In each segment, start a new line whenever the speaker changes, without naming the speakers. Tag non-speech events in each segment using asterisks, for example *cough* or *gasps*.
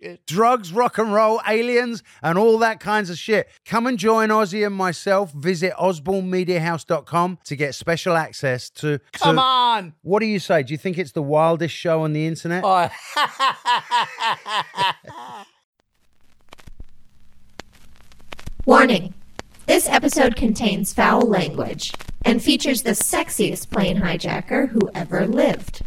shit.
Drugs, rock and roll, aliens, and all that kinds of shit. Come and join Ozzy and myself. Visit osbornmediahouse.com to get special access to. to-
Come on!
What do you say? Do you think it's the wildest show on the internet?
Oh, *laughs*
Warning! This episode contains foul language and features the sexiest plane hijacker who ever lived.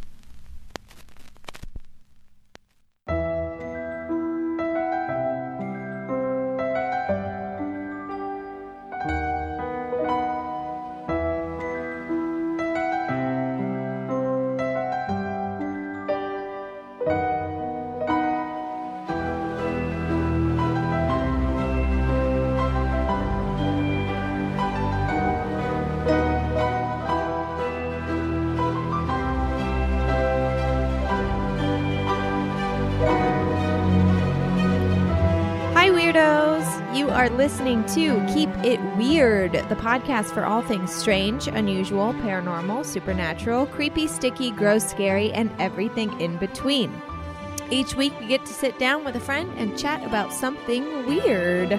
Hi, weirdos! You are listening to Keep It Weird, the podcast for all things strange, unusual, paranormal, supernatural, creepy, sticky, gross, scary, and everything in between. Each week, you get to sit down with a friend and chat about something weird.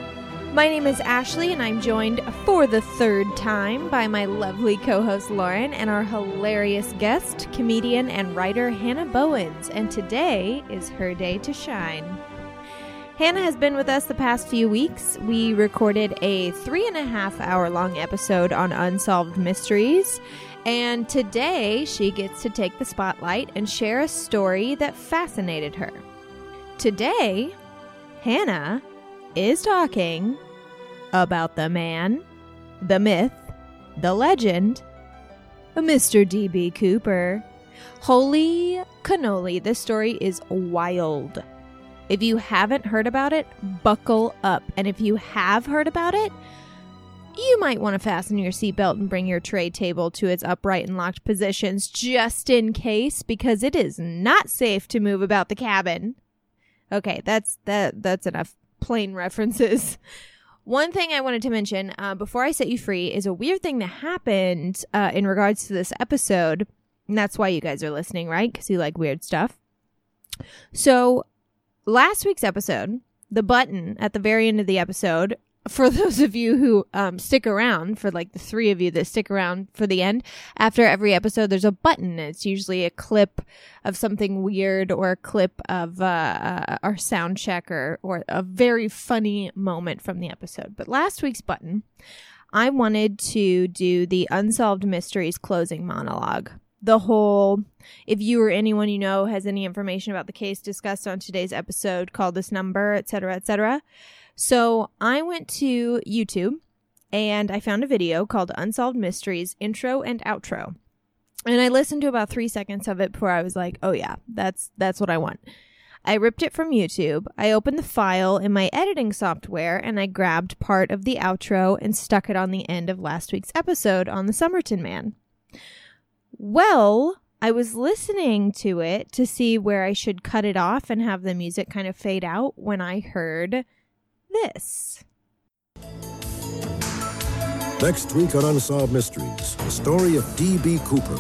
My name is Ashley, and I'm joined for the third time by my lovely co host Lauren and our hilarious guest, comedian and writer Hannah Bowens. And today is her day to shine. Hannah has been with us the past few weeks. We recorded a three and a half hour long episode on unsolved mysteries. And today she gets to take the spotlight and share a story that fascinated her. Today, Hannah is talking about the man, the myth, the legend, Mr. D.B. Cooper. Holy cannoli, this story is wild. If you haven't heard about it, buckle up. And if you have heard about it, you might want to fasten your seatbelt and bring your tray table to its upright and locked positions just in case because it is not safe to move about the cabin. Okay, that's that that's enough plain references. *laughs* One thing I wanted to mention uh, before I set you free is a weird thing that happened uh, in regards to this episode, and that's why you guys are listening, right? Because you like weird stuff. So last week's episode, the button at the very end of the episode, for *laughs* those of you who um, stick around, for like the three of you that stick around for the end, after every episode, there's a button. It's usually a clip of something weird or a clip of uh, uh, our sound check or, or a very funny moment from the episode. But last week's button, I wanted to do the Unsolved Mysteries closing monologue. The whole if you or anyone you know has any information about the case discussed on today's episode, call this number, etc., etc. So I went to YouTube and I found a video called Unsolved Mysteries Intro and Outro. And I listened to about 3 seconds of it before I was like, "Oh yeah, that's that's what I want." I ripped it from YouTube. I opened the file in my editing software and I grabbed part of the outro and stuck it on the end of last week's episode on the Summerton Man. Well, I was listening to it to see where I should cut it off and have the music kind of fade out when I heard this.
Next week on Unsolved Mysteries, the story of D.B. Cooper.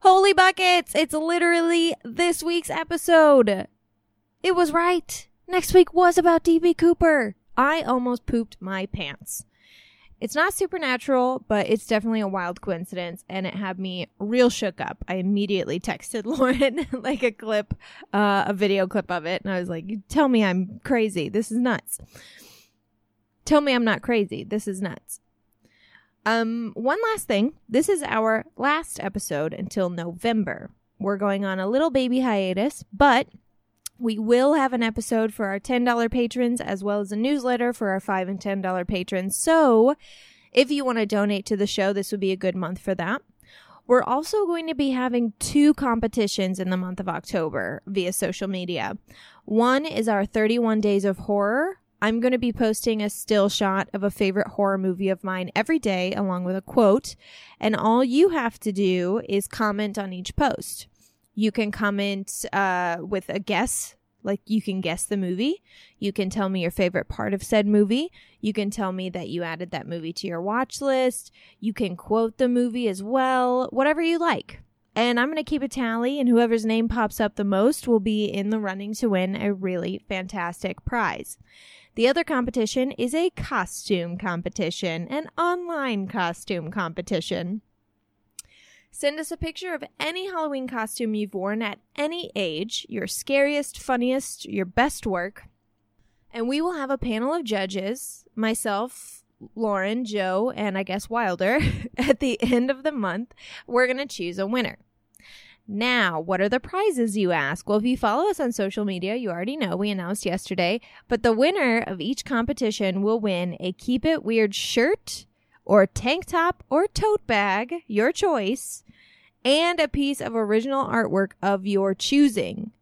Holy buckets! It's literally this week's episode. It was right. Next week was about DB Cooper. I almost pooped my pants. It's not supernatural, but it's definitely a wild coincidence, and it had me real shook up. I immediately texted *laughs* Lauren like a clip, uh, a video clip of it, and I was like, "You "Tell me I'm crazy. This is nuts. Tell me I'm not crazy. This is nuts." Um, one last thing. This is our last episode until November. we're going on a little baby hiatus, but we will have an episode for our $10 patrons as well as a newsletter for our 5 and $10 patrons. So, if you want to donate to the show, this would be a good month for that. We're also going to be having two competitions in the month of October via social media. One is our 31 Days of Horror. I'm going to be posting a still shot of a favorite horror movie of mine every day, along with a quote. And all you have to do is comment on each post. You can comment uh, with a guess, like you can guess the movie. You can tell me your favorite part of said movie. You can tell me that you added that movie to your watch list. You can quote the movie as well, whatever you like. And I'm going to keep a tally, and whoever's name pops up the most will be in the running to win a really fantastic prize. The other competition is a costume competition, an online costume competition. Send us a picture of any Halloween costume you've worn at any age, your scariest, funniest, your best work. And we will have a panel of judges, myself, Lauren, Joe, and I guess Wilder, *laughs* at the end of the month. We're going to choose a winner. Now, what are the prizes, you ask? Well, if you follow us on social media, you already know we announced yesterday, but the winner of each competition will win a Keep It Weird shirt or tank top or tote bag, your choice, and a piece of original artwork of your choosing.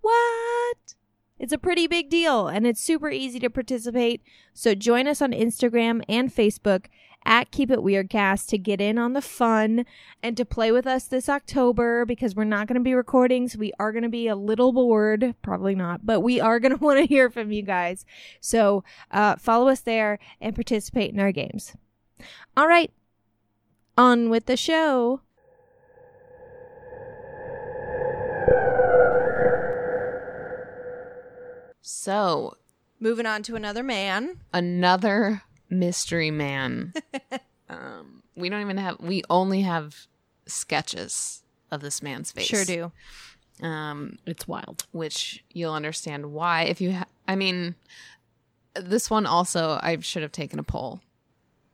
What? It's a pretty big deal and it's super easy to participate. So join us on Instagram and Facebook at Keep It Weirdcast to get in on the fun and to play with us this October because we're not going to be recording. So we are going to be a little bored. Probably not, but we are *laughs* going to want to hear from you guys. So uh, follow us there and participate in our games. All right, on with the show.
So,
Moving on to another man.
another mystery man. *laughs* um, we don't even have, we only have sketches of this man's face.
Sure do.
Um,
It's wild.
which you'll understand why if you, ha- I mean, this one also, I should have taken a poll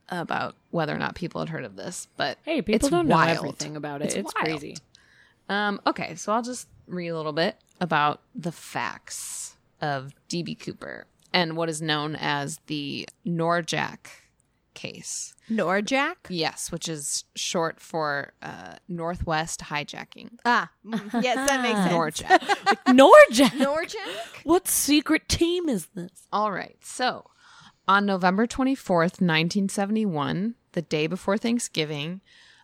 about whether or not people had heard of this, but
Hey, people
it's
don't
wild.
know everything about it. It's,
wild.
crazy.
Um, okay, so I'll just read a little bit about the facts of DB Cooper and what is known as the Norjack case.
Norjack?
Yes, which is short for uh, Northwest hijacking.
Uh,
Ah, mm, yes, that makes sense.
*laughs*
Norjack.
Norjack.
Norjack?
What secret team is this?
All right, so on November 24th, 1971, the day before Thanksgiving,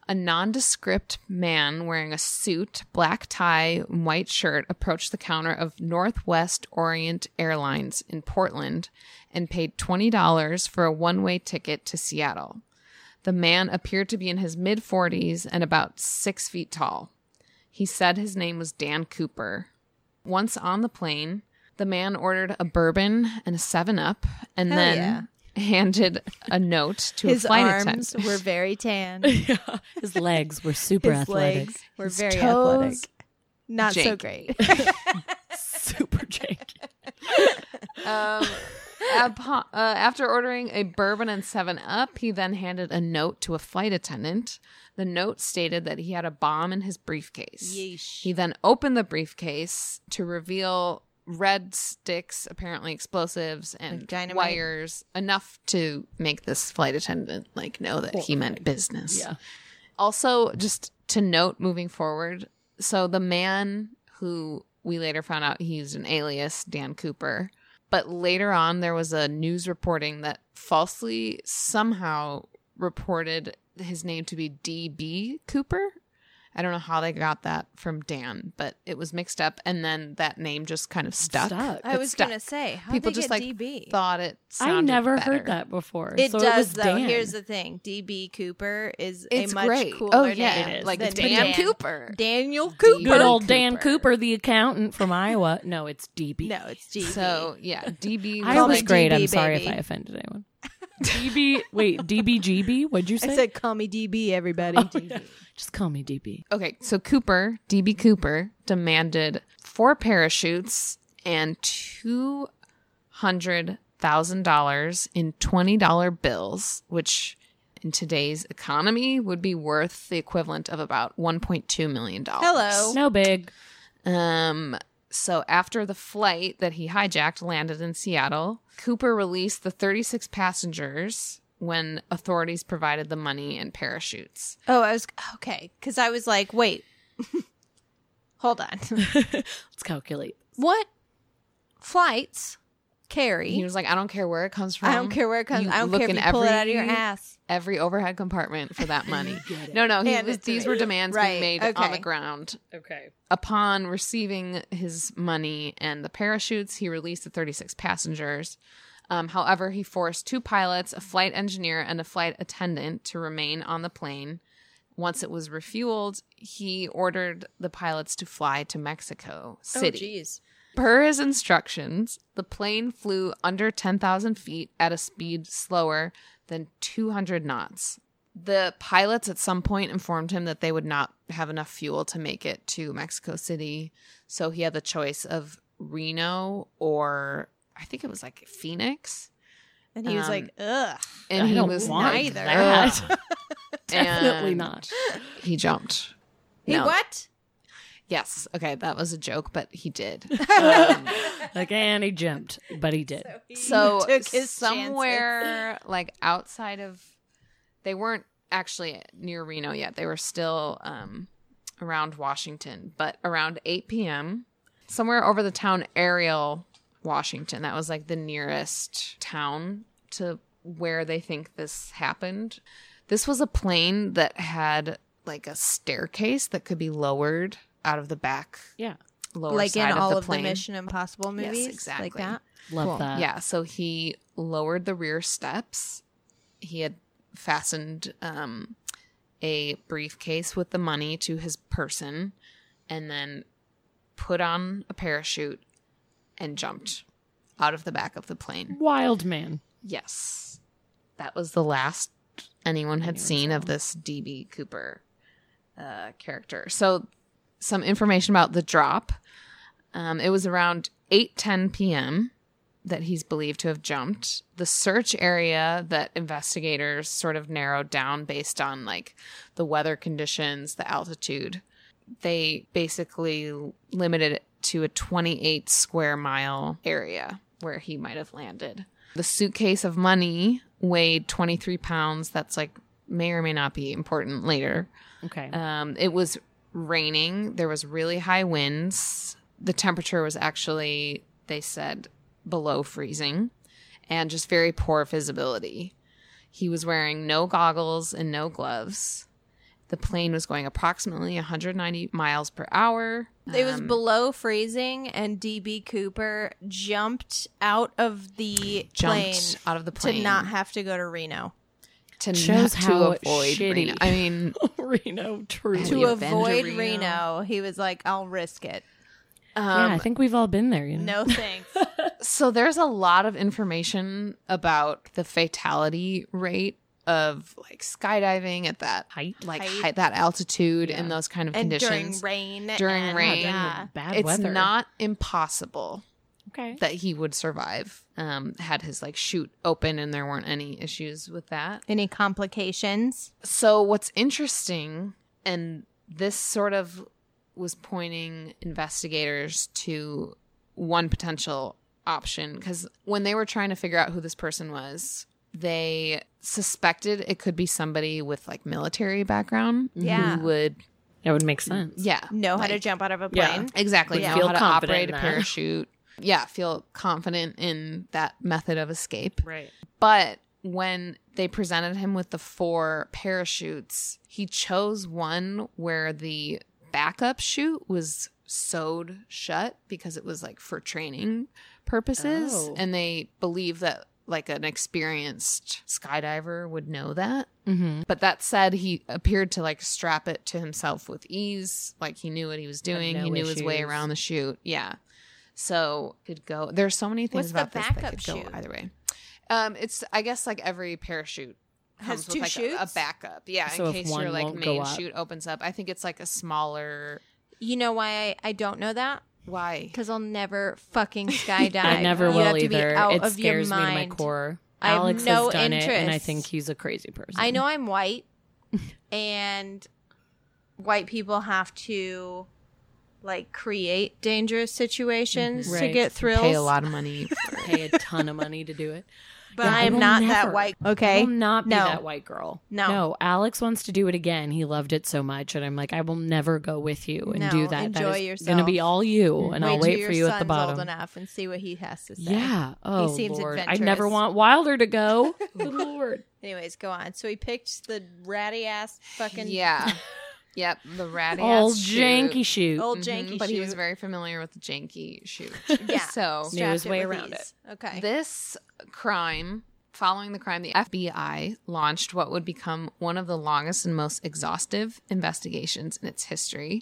a nondescript man wearing a suit, black tie, and white shirt approached the counter of Northwest Orient Airlines in Portland and paid $20 for a one way ticket to Seattle. The man appeared to be in his mid 40s and about six feet tall. He said his name was Dan Cooper. Once on the plane, the man ordered a bourbon and a 7 Up and
Hell
then *laughs* handed a note to
His
a flight
arms
attendant.
were very tan.
His legs were super
His
athletic.
legs were
His
very
toes,
athletic. Not so
Janky.
great.
Super janky.
Um, upon, uh, after ordering a bourbon and 7 Up, he then handed a note to a flight attendant. The note stated that he had a bomb in his briefcase. He then opened the briefcase to reveal red sticks, apparently explosives and
Like dynamite?
wires, enough to make this flight attendant like know that he meant business.
Yeah.
Also, just to note moving forward, so the man who we later found out he used an alias, Dan Cooper, but later on there was a news reporting that falsely somehow reported his name to be DB Cooper. I don't know how they got that from Dan, but it was mixed up and then that name just kind of stuck.
Stuck.
I
It
was
stuck.
gonna say, how'd
people
they
just
get
like
DB?
thought it
I
sounded
never
better.
heard that before.
It
so
does
it was
though.
Dan.
Here's the thing: DB Cooper is
It's
a much
great.
cooler
oh yeah,
name.
It is.
like
than
Dan, Cooper.
Daniel
Cooper.
good old
Cooper.
Dan Cooper, the accountant *laughs* from Iowa. No, it's DB.
No, it's DB.
So yeah, DB.
I
Call
was
me
great.
DB,
I'm sorry if
baby.
I offended anyone. DB, wait, DBGB? What'd you say?
I said, "Call me DB, everybody." DB.
Just call me DB.
Okay, so Cooper, DB Cooper, demanded four parachutes and two hundred thousand dollars in twenty dollar bills, which in today's economy would be worth the equivalent of about 1.2 million dollars.
Hello.
No big.
Um, so after the flight that he hijacked landed in Seattle, Cooper released the 36 passengers when authorities provided the money and parachutes.
Oh, I was okay because I was like, wait, *laughs* hold
*laughs*
on.
Let's calculate.
what flights carry?
He was like, I don't care where it comes from.
I don't care where it comes.
You
I don't
look
care if
in Mm-hmm.
you pull it out of your ass.
Every overhead compartment for
*laughs*
that money. no, no, he
Hand
was,
it to
these
me.
were demands
Right,
being made
okay.
on the ground.
Okay.
Upon receiving his money and the parachutes, he released the 36 passengers. Um, however, he forced two pilots, a flight engineer, and a flight attendant to remain on the plane. Once it was refueled, he ordered the pilots to fly to Mexico City.
Oh, jeez.
per his instructions, the plane flew under 10,000 feet at a speed slower than 200 knots. The pilots at some point informed him that they would not have enough fuel to make it to Mexico City. So he had the choice of Reno or I think it was like Phoenix.
And he was
Um,
like, ugh.
And
I
he
don't
was
want
like,
that. *laughs*
"Ugh."
Definitely
And
not.
He jumped.
He
no. *laughs*
what?
Yes. Okay. That was a joke, but
*laughs*
he did. Um,
Like, and he jumped, but he did.
so
took his
somewhere *laughs* like outside of they weren't actually near reno yet they were still um, around washington but around 8 p.m somewhere over the town ariel washington that was like the nearest town to where they think this happened this was a plane that had like a staircase that could be lowered out of the back
Yeah.
lower
Like in
side
all
of
of
the plane
the Mission Impossible
Yes,
movies,
exactly
like that.
Love that.
yeah, so he lowered the rear steps. He had fastened um, a briefcase with the money to his person and then put on a parachute and jumped out of the back of the plane.
Wild man.
Yes. That was the last anyone had seen of this DB Cooper uh, character. So, some information about the drop. Um, it was around 8:10 p.m. that he's believed to have jumped. The search area that investigators sort of narrowed down based on like the weather conditions, the altitude. They basically limited it to a 28 square mile area where he might have landed. The suitcase of money weighed 23 pounds. That's like may or may not be important later.
Okay.
Um, it was raining. There was really high winds. The temperature was actually, they said, below freezing, and just very poor visibility. He was wearing no goggles and no gloves. The plane was going approximately 190 miles per hour. Um,
It was below freezing, and DB Cooper jumped out of the plane
Jumped out of the
to
plane.
not have to go to Reno.
to
Shows
not
how
to avoid.
shitty.
Reno. I mean,
*laughs* Reno, truly.
To
We've been to
avoid
Reno.
Reno. he was like, "I'll risk it."
yeah, I think we've all been there. You know?
No thanks.
So there's a lot of information about the fatality rate of like skydiving at that
Height.
like
Height.
height, that altitude and those kind of
and
conditions.
during rain,
During
and-
rain.
yeah.
Bad
it's
weather.
not impossible
okay.
that he would survive. Um, had his like chute open and there weren't any issues with that.
Any complications?
So what's interesting, and this sort of was pointing investigators to one potential option because when they were trying to figure out who this person was, they suspected it could be somebody with like military background
Yeah.
who would
That would make sense.
yeah
Know how to
like-
jump out of a
Yeah.
plane?
exactly
Like,
know
feel
how to
confident
operate a
in that.
parachute yeah feel confident in that method of escape
Right.
but when they presented him with the four parachutes, he chose one where the backup chute was sewed shut because it was like for training purposes.
Oh.
And they believe that like an experienced skydiver would know that.
Mm-hmm.
But that said, he appeared to like strap it to himself with ease. Like he knew what he was doing,
no
he knew his way
issues.
around the chute. Yeah. So could go. There's so many
What's
things
the
about this that
backup
could
chute?
go either way. Um, it's I guess like every parachute
Has
comes
two
with like a- a,
chutes?
backup. Yeah,
So if
in case
one
your like
won't go
main
up.
chute opens up. I think it's like a smaller.
You know why I, I don't know that?
Why?
Because I'll never fucking skydive.
I never
You
will
have to be
either.
out
It
of your
scares me to my
mind.
core.
I have
Alex
no
has done
interest.
it, and I think he's a crazy person.
I know I'm white, and white people have to like create dangerous situations to
Right.
get thrills.
Pay a lot
*laughs*
of money.
pay a ton of money to do it.
but
Yeah,
I
I
am
will
not that
never.
white. *laughs* Okay,
I will not be
No.
that white girl.
No.
No, Alex wants to do it again. He loved it so much. And I'm like, I will never go with you and
No,
do that.
enjoy
that is
yourself. Mm-hmm.
going to be all you. And
wait
I'll
till
wait
your
for you at the
son's Old
bottom.
enough and see what he has to say.
Yeah. Oh,
seems
Lord. I never
adventurous.
want Wilder
*laughs*
to go. Lord.
Anyways, go on. So he picked the ratty ass fucking
yeah. Yep. The ratty
Old
ass
janky
shoot.
shoot.
old
Mhm,
janky.
But he was
shoot.
very familiar with the janky shoot.
*laughs* Yeah.
*laughs* So
Knew his
Strapped it
way
with
around
ease. Okay.
This crime, following the crime, the FBI launched what would become one of the longest and most exhaustive investigations in its history.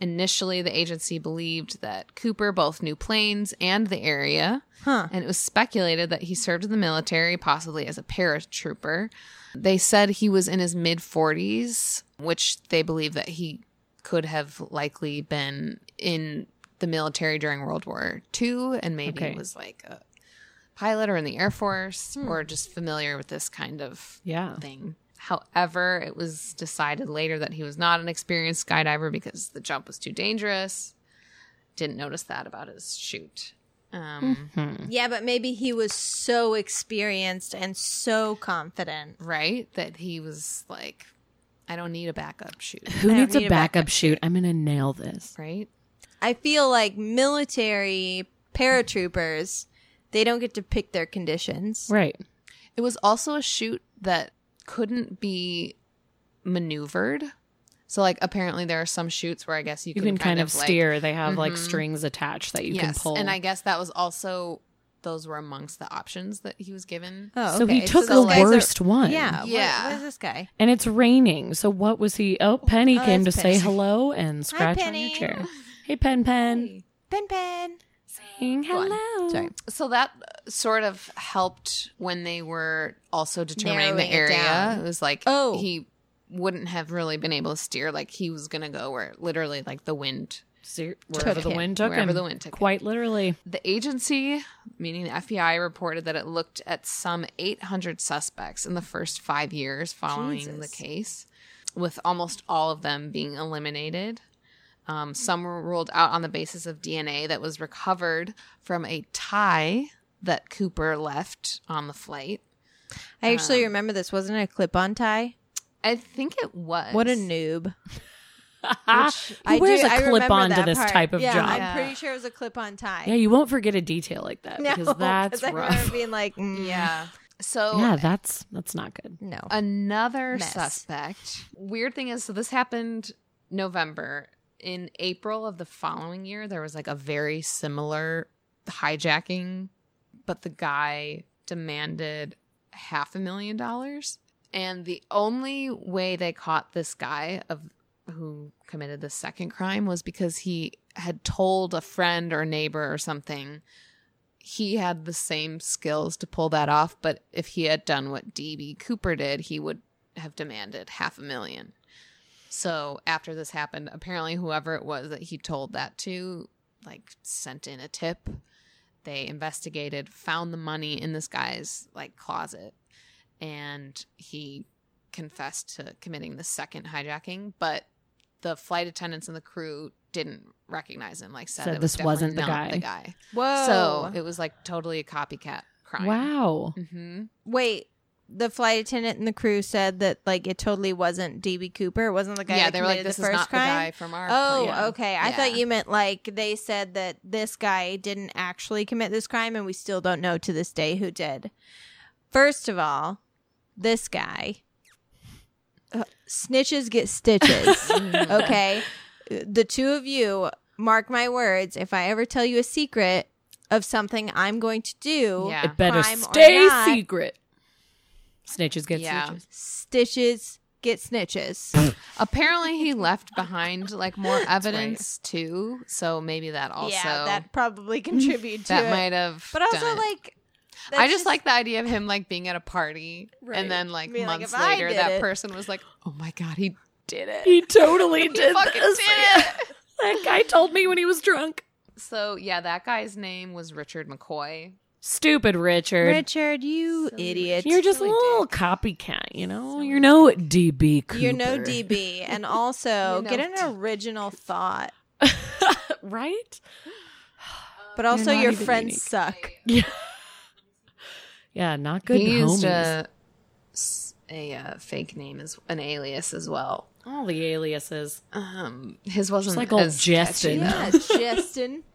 Initially, the agency believed that Cooper both knew Plains and the area, and it was speculated that he served in the military, possibly as a paratrooper. They said he was in his mid 40s, which they believe that he could have likely been in the military during World War II and maybe
Okay.
was like a pilot or in the Air Force or just familiar with this kind of
Hmm. Yeah.
thing. However, it was decided later that he was not an experienced skydiver because the jump was too dangerous. Didn't notice that about his shoot. Um,
Mm-hmm.
Yeah, but maybe he was so experienced and so confident.
Right? That he was like, I don't need a backup shoot.
Who
I don't
needs
need
a
a
backup shoot? I'm going to nail this.
Right?
I feel like military paratroopers, they don't get to pick their conditions.
Right.
It was also a shoot that couldn't be maneuvered. So, like, apparently there are some shoots where I guess you,
You can kind of
like-
steer. They have like
Mhm.
strings attached that you can
yes,
pull.
and I guess that was also those were amongst the options that he was given.
Oh,
So he
okay.
took
those
the
guys are-
worst one.
Yeah, what-
Yeah.
What, is this guy?
And it's raining. So what was he? Oh, Penny
Oh,
came to
that's
say
Penny.
hello and scratch on
Penny.
your chair. Hey, Pen Pen.
Pen Pen.
Saying
on.
hello.
Sorry.
So that uh, sort of helped when they were also
Narrowing
determining the
it
area.
down.
It, was like
Oh.
he wouldn't have really been able to steer. Like he was gonna go where literally like the wind.
Ser-
Took
wherever the
him.
wind took
Wherever
him.
the wind took him.
Quite literally.
The agency, meaning the FBI, reported that it looked at some 800 suspects in the first five years following the case, with almost all of them being eliminated. Um, some were ruled out on the basis of DNA that was recovered from a tie that Cooper left on the flight.
I actually
Um,
remember this. Wasn't it a clip on tie?
I think it was.
What a noob.
Who
I do-
wears a
I remember
clip on to
that
this
part.
type of
yeah,
job?
I'm
Yeah.
pretty sure it was a clip on tie. *laughs*
you won't forget a detail like that
No,
because that's
'cause I remember
rough.
being like, mm,
Yeah. So
Yeah, that's that's not good.
no.
another
Mess.
suspect. Weird thing is, so this happened November. In April of the following year, there was like a very similar hijacking, but the guy demanded half a million dollars. And the only way they caught this guy of who committed the second crime was because he had told a friend or neighbor or something he had the same skills to pull that off, but if he had done what DB Cooper did, he would have demanded half a million. So after this happened, apparently whoever it was that he told that to, like sent in a tip. They investigated, found the money in this guy's like closet, and he confessed to committing the second hijacking, but the flight attendants and the crew didn't recognize him. Like said,
Said
it was
this wasn't
definitely
the
not
guy. Oh.
The guy.
Whoa.
So it was like totally a copycat crime.
Wow.
hmm
Wait, the flight attendant and the crew said that like it totally wasn't DB Cooper. It wasn't the guy.
Yeah,
that
they were like,
committed
"This
the
is
first
not
crime?
the guy from our."
Oh,
plane."
okay. I
Yeah.
thought you meant like they said that this guy didn't actually commit this crime, and we still don't know to this day who did. First of all, this guy Uh, snitches get
*laughs*
stitches. okay, the two of you mark my words. If I ever tell you a secret of something I'm going to do,
Yeah.
It better
Crime or
stay
not.
secret. Snitches get
Yeah.
stitches.
stitches get snitches.
Apparently, he left behind like more evidence too. So maybe that *laughs* also
yeah,
that,
that probably *laughs* contributed to it.
might have.
but also
done it.
like.
I
that's
just, like the idea of him like being at a party
Right.
and then like
Be like,
months
"If I
later,
did
that
it."
person was like, "Oh my god, he did it."
He totally
He
did
fucking
this.
did
*laughs*
it.
That guy told me when he was drunk.
So yeah, that guy's name was Richard McCoy.
Stupid Richard.
Richard, you idiot.
You're just a little copycat, you know? You're no DB Cooper.
You're no
*laughs*
DB. And also, get an original thought.
*laughs* right?
But also,
not
your
even
friends
unique.
suck.
Yeah, not good
he used
homies.
a, s- a, uh, fake name as an alias as well.
All the aliases.
Um, his wasn't
like old
as catchy,
Justin.
though.
Yeah, Justin. *laughs*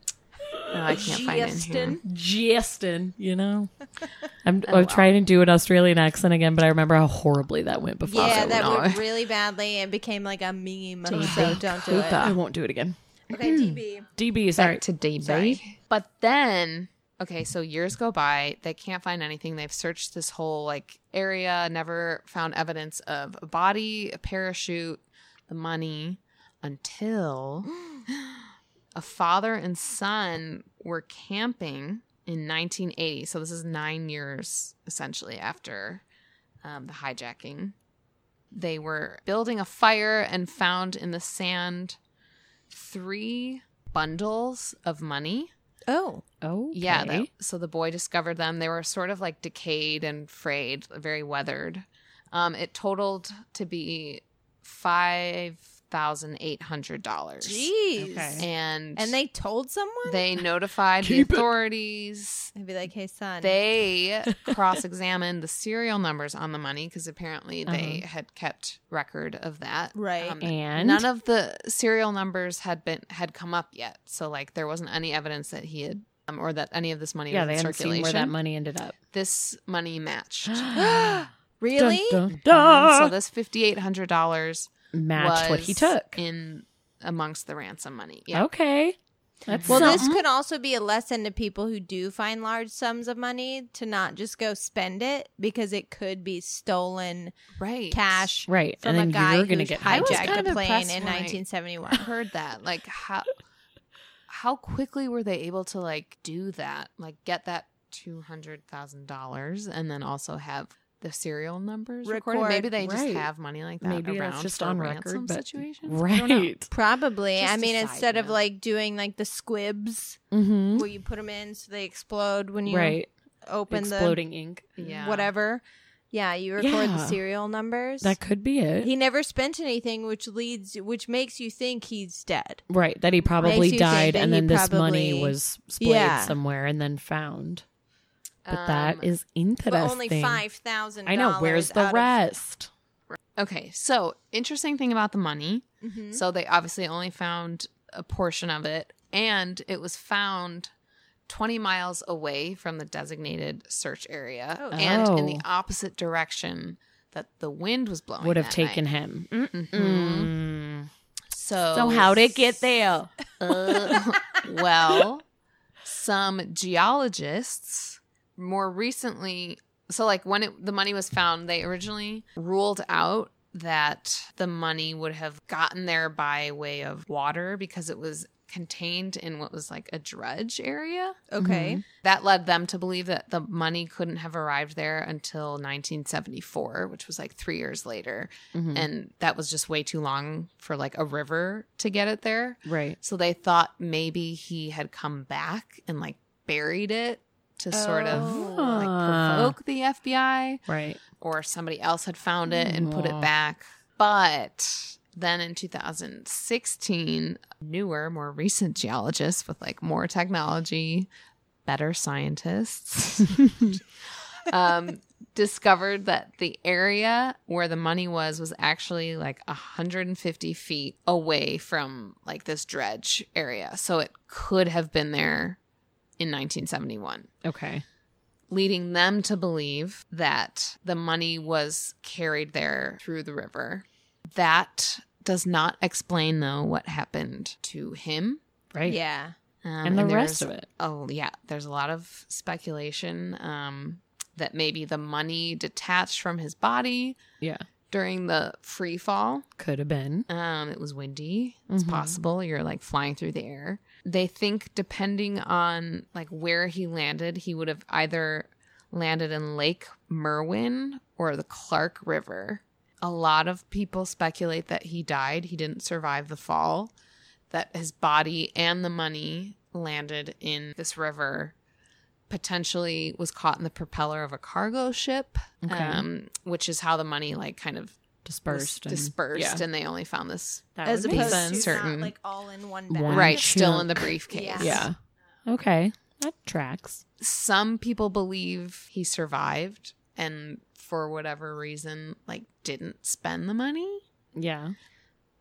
No, I can't find it in here.
Justin.
Justin, you know?
*laughs*
I'm,
Oh,
I'm trying to do an Australian accent again, but I remember how horribly that went before.
Yeah,
so
that
no.
went really badly and became like a meme. So don't do it.
I won't do it again.
Okay,
Hmm.
DB.
DB,
back
sorry.
to DB. But then, okay, so years go by. They can't find anything. They've searched this whole like area, never found evidence of a body, a parachute, the money, until a father and son were camping in 1980. So this is nine years essentially after um, the hijacking. They were building a fire and found in the sand three bundles of money.
Oh,
oh,
Yeah. that- so the boy discovered them. They were sort of like decayed and frayed, very weathered. Um, it totaled to be five thousand eight hundred dollars.
jeez.
And
And they told someone?
they notified the authorities.
They'd be like, hey, son.
They
*laughs*
cross examined the serial numbers on the money because apparently they had kept record of that.
Uh-huh.
Um,
Right.
And?
none of the serial numbers had been had come up yet. So like there wasn't any evidence that he had um, or that any of this money
yeah,
was
they
in
hadn't
circulation.
seen where that money
*gasps*
ended up. *gasps*
This money matched. Um,
really? Um,
Dun, dun,
so
dun.
this fifty eight hundred dollars
matched what he took. Oh.
in amongst the ransom money. Yeah.
Okay. That's
Well,
something.
this could also be a lesson to people who do find large sums of money to not just go spend it because it could be stolen
Right.
cash
right.
from
and
a
then
guy
you're going to
who
get
I was
hijacked.
hijacked
kind
a
of
plane
impressed
in
when I-
1971.
*laughs*
heard that. Like how how quickly were they able to like do that? Like get that two hundred thousand dollars and then also have the serial numbers recorded.
Record-
Maybe they
right.
just have money like that
Maybe
around
that's just
for
on
ransom
record. But
situations. I don't know.
right.
Probably.
Just
I
a
mean,
side
instead of
note.
like doing like the squibs
Mm-hmm.
where you put them in so they explode when you
Right.
open
Exploding ink.
the
Yeah.
whatever. Yeah, you record the
Yeah.
serial numbers.
That could be it.
he never spent anything, which leads, which makes you think he's dead.
right. That he
Makes
probably
you think
died
that
and
he
then this money
probably-
was splayed
Yeah.
somewhere and then found. But that
Um,
is
But
interesting.
only five thousand.
I know. Where's the rest?
Okay, so interesting thing about the money.
Mm-hmm.
Mm-hmm. So they obviously only found a portion of it, and it was found 20 miles away from the designated search area and in the
Oh.
opposite direction that the wind was
Oh,
blowing.
Would have
that
taken
night. Mm-hmm.
him.
Mm-hmm.
Mm-mm.
So,
So how'd it get there?
Uh, *laughs* well, some geologists more recently, so like when it, the money was found, they originally ruled out that the money would have gotten there by way of water because it was contained in what was like a dredge area.
Okay.
That led them to believe that the money couldn't have arrived there until 1974, which was like three years later. And that was just way too long for like a river to get it there.
Right.
So they thought maybe he had come back and like buried it to
mm-hmm.
sort
Oh.
of like
Ah.
provoke the FBI
Right.
or somebody else had found it and put it back. But then in 2016, newer, more recent geologists with like more technology, better scientists, *laughs* um, discovered that the area where the money was was actually like 150 feet away from like this dredge area. So it could have been there in 1971
Okay.
leading them to believe that the money was carried there through the river. That does not explain, though, what happened to him.
Right.
Yeah.
Um,
And the rest
there's-
of it.
Oh, yeah. There's a lot of speculation um, that maybe the money detached from his body
Yeah.
during the free fall.
Could have been.
Um, it was windy. It's possible you're like flying through the air. They think depending on like where he landed, he would have either landed in Lake Merwin or the Clark River. A lot of people speculate that he died. He didn't survive the fall. That his body and the money landed in this river potentially was caught in the propeller of a cargo ship, um, which is how the money like kind of
dispersed. and-
was dispersed,
yeah.
and, they only found this
That
As
would
be
opposed
fun.
to
Certain.
not like all in one bag.
One
right still
chunk.
in the
Yeah.
briefcase.
Yeah. Okay. That tracks.
Some people believe he survived and for whatever reason like didn't spend the money.
Yeah.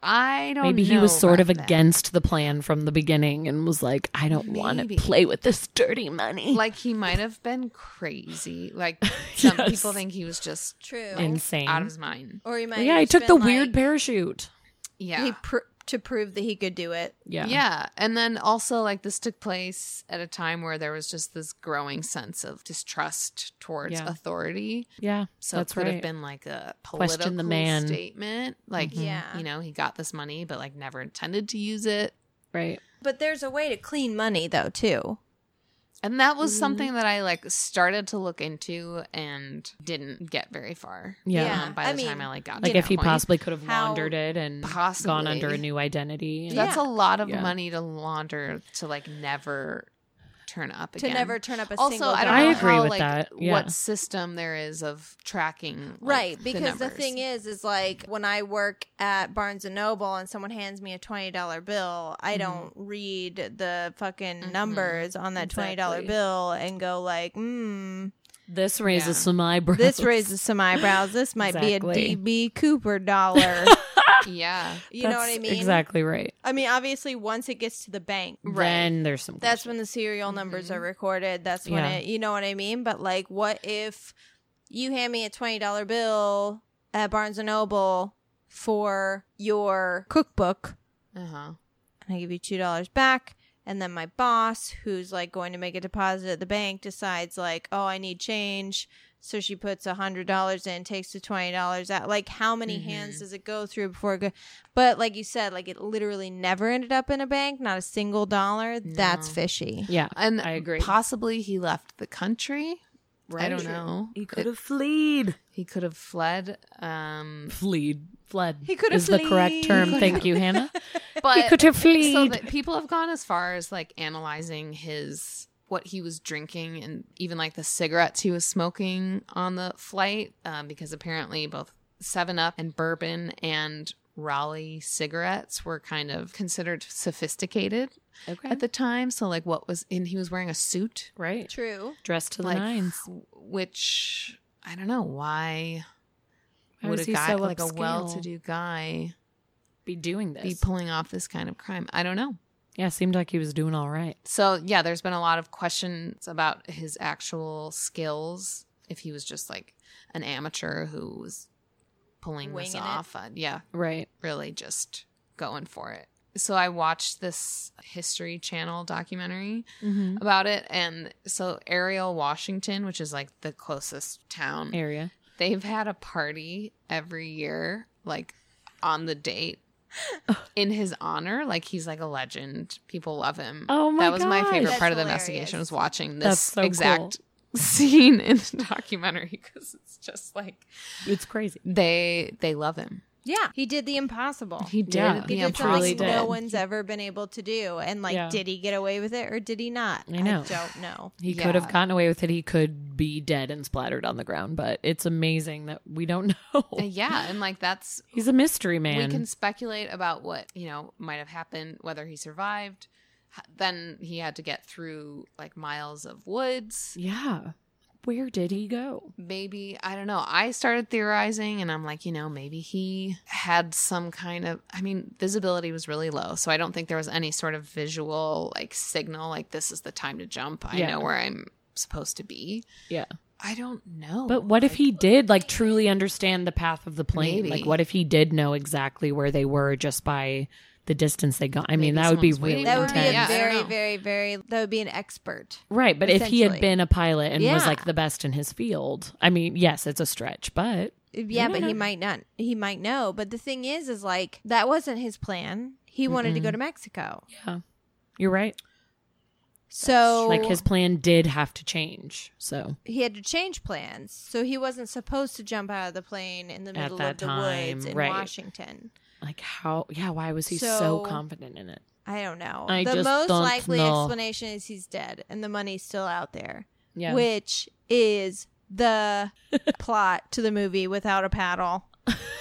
I don't
Maybe he was
know
sort of
about that.
against the plan from the beginning and was like, I don't want to
Maybe.
play with this dirty money.
like he might have been crazy.
*laughs*
Like some
Yes.
people think he was just
True.
Insane.
out of his mind.
or he might.
yeah,
have
he
just
took the
been,
weird
like,
parachute.
Yeah.
He pr- to prove that he could do it.
Yeah.
Yeah. And then also, like, this took place at a time where there was just this growing sense of distrust towards
Yeah.
authority.
Yeah.
So
that's
it could
right.
have been like a political
Question the man. Mm-hmm.
statement. Like,
Yeah.
you know, he got this money, but like never intended to use it.
right.
But there's a way to clean money though too.
And that
Mm-hmm.
was something that I like started to look into and didn't get very far.
Yeah.
Yeah.
Um, by
I
the time
mean,
I like got
Like
to
if
that
he
point.
possibly could have
How-
laundered it and gone under a
Possibly.
new identity.
That's
Yeah.
a lot of
Yeah.
money to launder to like never turn up
To
again.
never turn up a
also,
single.
I don't
dollar.
know
I agree
how,
with
like,
that. Yeah.
What system there is of tracking, like,
Right, because the,
numbers. *laughs*
thing is, is like when I work at Barnes and Noble and someone hands me a twenty dollar bill, I
Mm-hmm.
don't read the fucking
Mhm.
numbers on that twenty dollar
Exactly.
bill and go like, hmm,
This raises
Yeah.
some eyebrows. *laughs*
this raises some eyebrows. This might
Exactly.
be a DB
*laughs*
Cooper dollar.
yeah,
you know what
That's
I mean?
Exactly right.
I mean, obviously, once it gets to the bank,
Then there's some.
that's
question.
when the serial numbers are recorded. That's when
Yeah.
it, you know what I mean? But like, what if you hand me a $20 bill at Barnes and Noble for your cookbook
uh huh,
and I give you $2 back? And then my boss, who's like going to make a deposit at the bank, decides like, oh, I need change. So she puts a hundred dollars in, takes the twenty dollars out. Like, how many hands does it go through before it go? But like you said, like it literally never ended up in a bank, not a single dollar. That's
No.
fishy.
Yeah,
and
I agree.
Possibly he left the country. I don't know.
He could have fleed.
He could have fled. Um,
Fleed. Fled.
He could have
is the correct term.
fleed.
Thank you, Hannah.
but
he could have fleed.
so that people have gone as far as like analyzing his what he was drinking and even like the cigarettes he was smoking on the flight um, because apparently both seven up and bourbon and raleigh cigarettes were kind of considered sophisticated
okay.
at the time so like what was and he was wearing a suit
right.
True.
Dressed to the
like
nines.
w- which i don't know why
Why
would
was
a
he
guy
so
like a
upscale?
well-to-do guy
Be doing this.
be pulling off this kind of crime i don't know
yeah, seemed like he was doing all right.
So yeah, there's been a lot of questions about his actual skills. If he was just like an amateur who was pulling
Winging
this
it.
off, uh, yeah,
Right.
really just going for it. So I watched this History Channel documentary
Mm-hmm.
about it, and so Ariel, Washington, which is like the closest town,
Area.
they've had a party every year, like on the
*laughs*
date. In his honor, like he's like a legend. People love him
Oh my
that was my favorite
gosh.
part of the
That's
investigation
hilarious.
was watching
That's
this
so
exact *laughs* scene in the documentary because it's just like
It's crazy.
they they love him.
Yeah, he did the impossible.
He did the
Yeah,
He did
impossible.
truly
something no
did.
one's ever been able to do. And like,
Yeah.
did he get away with it or did he not?
I know.
don't know.
He
Yeah.
could have gotten away with it. He could be dead and splattered on the ground, but it's amazing that we don't *laughs* know.
Uh, Yeah, and like that's
He's a mystery man.
we can speculate about what you know might have happened, whether he survived. H- Then he had to get through like miles of woods.
yeah. Where did he go?
maybe I don't know. I started theorizing and I'm like, you know, maybe he had some kind of I mean, visibility was really low, so I don't think there was any sort of visual like signal like this is the time to jump. I
Yeah.
know where I'm supposed to be.
Yeah.
I don't know.
Oh,
But what if he did like truly understand the path of the plane?
Maybe.
Like what if he did know exactly where they were just by the distance they got? I mean,
Maybe
that would be
someone's waiting
really
That would
intense.
be a
Yeah, I don't
very,
know.
very, very. That would be an expert.
right, but if he had
essentially.
been a pilot and was
Yeah.
like the best in his field, I mean, yes, it's a stretch, but
Yeah, but
Yeah.
he might not. He might know. But the thing is, is like that wasn't his plan. He wanted to go to Mexico.
yeah. You're right.
So
Like his plan did have to change. So
he had to change plans. So he wasn't supposed to jump out of the plane in the middle of
that
the
time,
woods in
right.
Washington.
like how yeah, why was he so,
So-
confident in it?
I don't know.
I
the
just
most
don't
likely
know.
explanation is he's dead and the money's still out there.
Yeah.
which is
*laughs*
the plot to the movie Without a Paddle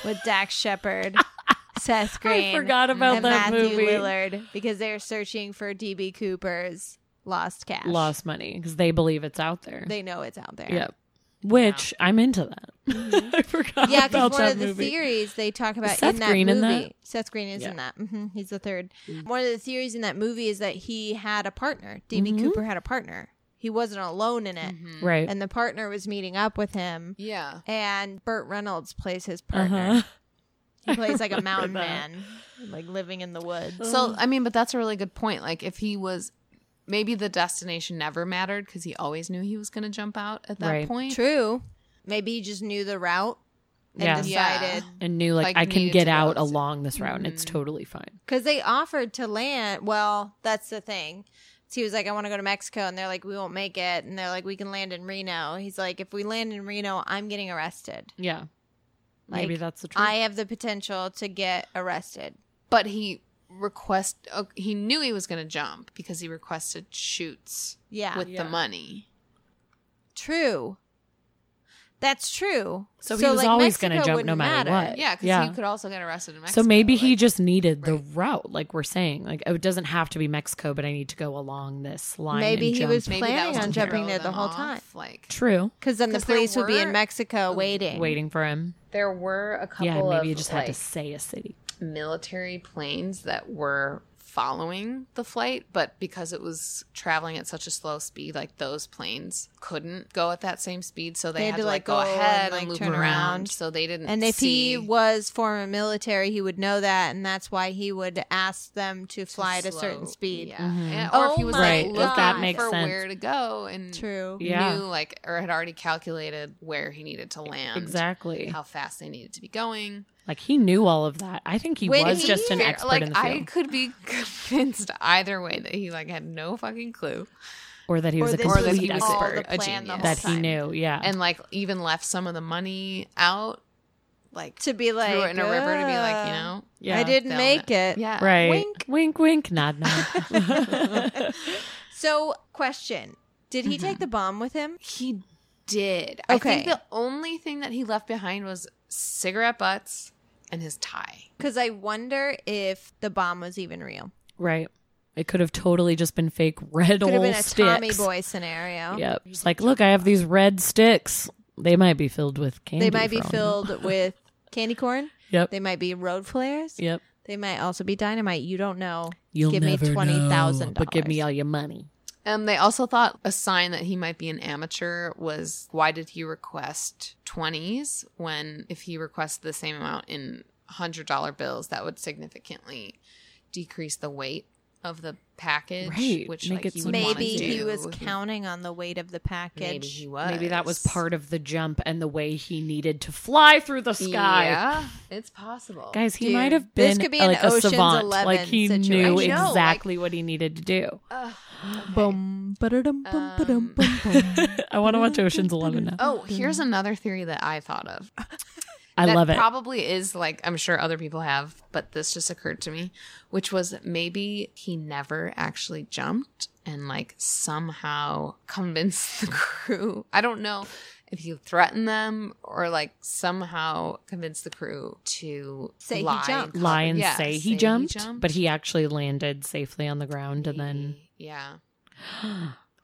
with Dax Shepard,
*laughs*
Seth Green,
forgot about
and
that
Matthew
movie.
Lillard because they're searching for DB Cooper's lost cash.
Lost money because they believe it's out there.
They know it's out there.
Yep. Which I'm into that. *laughs* I forgot
Mm-hmm. Yeah, because
about
one
that
of the
movie.
theories they talk about
Is
in
Seth
that
Green
movie,
in that?
Seth Green is
Yeah. Mm.
in that. hmm He's the third. One of the theories in that movie is that he had a partner. DB
Mm-hmm.
Cooper had a partner. He wasn't alone in it,
right.
and the partner was meeting up with him.
Yeah.
And Burt Reynolds plays his
Uh-huh.
partner.
*laughs*
He plays like a mountain man, like living in the
Oh.
woods.
So I mean, but that's a really good point. Like if he was, maybe the destination never mattered because he always knew he was going to jump out at that
Right.
point.
True. Maybe he just knew the route and
Yeah.
decided
and knew like,
Like,
I can
needed
get
to
out
go.
along this route. and It's totally fine.
because they offered to land. Well, that's the thing. So he was like, I want to go to Mexico, and they're like, we won't make it, and they're like, we can land in Reno. He's like, if we land in Reno, I'm getting arrested.
Yeah. Maybe
Like,
that's the truth.
I have the potential to get arrested.
But he request uh, he knew he was going to jump because he requested shoots
Yeah,
with
Yeah.
the money.
true. That's true.
So he was always gonna
Mexico
jump
wouldn't
no matter
Uh,
what.
Yeah, because
Yeah.
you could also get arrested in Mexico.
so maybe he
like-
just needed the
Right.
route, like we're saying. Like it doesn't have to be Mexico, but I need to go along this line.
Maybe
and
he
jump.
was
maybe that
planning
was
on
to
jumping
throw
there the
them
whole
off,
time.
Like
true.
Because then the
'Cause there
police would be in
were-
Mexico waiting.
Waiting for him.
there were a couple
Yeah, and
of
maybe you just
like,
had to say a city.
military planes that were following the flight, but because it was traveling at such a slow speed, like those planes couldn't go at that same speed, so they, had, to like go, ahead and,
like,
loop
turn
around.
around.
So they didn't.
And if
see,
he was former military, he would know that, and that's why he would ask them to fly at a certain
slow-
speed.
yeah, And- or
Oh
if he was
my
like
Right,
looking
if that makes
for
sense.
where to go and
True.
Yeah.
knew like or had already calculated where he needed to land
Exactly.
um, how fast they needed to be going.
Like he knew all of that. I think he
When
was
he
just an
figure-
expert
like
in the field,
I could be *laughs* convinced either way that he like had no fucking clue.
or that he was a
that he was
complete
all
expert.
the
a
plan the
genius.
whole
That he
time.
knew. Yeah.
and like even left some of the money out, like
To be like,
threw it in a river to be like, you
"Uh,
know,
yeah.
I didn't
film
make it.
Yeah,
Right.
Wink.
Wink, wink, nod, nod.
So, question: Did he take the bomb with him?
He did. I
Okay.
think the only thing that he left behind was cigarette butts and his tie.
Because I wonder if the bomb was even real.
right. It could have totally just been fake
Could
red
have
old
been a
sticks.
Tommy Boy scenario.
Yep. Just like, look, I have these red sticks. They might be filled with candy.
They might be
for all I know."
filled with candy corn.
Yep.
They might be road flares.
Yep.
They might also be dynamite. You don't know.
You'll
give
never
me twenty thousand
know, but give me all your money.
Um, they also thought a sign that he might be an amateur was why did he request twenties when if he requested the same amount in hundred dollar bills that would significantly decrease the weight of the package,
Right.
which
Make
like
it
he
seem
would wanna
Maybe he
do.
was counting on the weight of the package.
Maybe he was.
Maybe that was part of the jump and the way he needed to fly through the sky.
Yeah, it's possible.
Guys, he
Dude,
might have been
this could be an
like a
Ocean's
savant.
11
like he
situation.
knew
I know, like-
exactly what he neneeded to do.
Boom, ba-da-dum, boom, ba-dum, boom, boom.
*laughs* I want to watch Ocean's Eleven now.
Oh, here's
mm-hmm.
another theory that I thought of.
I
that
love it.
Probably is like I'm sure other people have, but this just occurred to me, which was maybe he never actually jumped and like somehow *laughs* convinced the crew. I don't know if he threatened them or like somehow convinced the crew to
Say he
lie,
jumped.
cover-
Lie and
yeah,
say, he, jumped, but he actually landed safely on the ground and then
Maybe. yeah.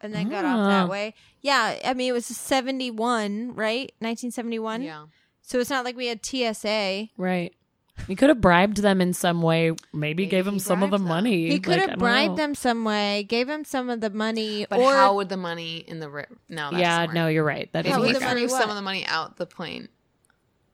and then got off that
Ah.
way. Yeah, I mean it was seventy one, right? Nineteen seventy one.
Yeah.
So it's not like we had TSA.
right. He could have bribed them in some way. Maybe, gave
he
him some of the
bribed them.
money.
He could
Like, I
have
don't
bribed
know.
them some way, gave him some of the money,
But
or
how would the money in the ri-
Oh,
no? That's
Yeah,
smart.
no, you're right. That
Maybe
How
doesn't
he
would
work
the
out.
money
threw some
what?
of the money out the plane.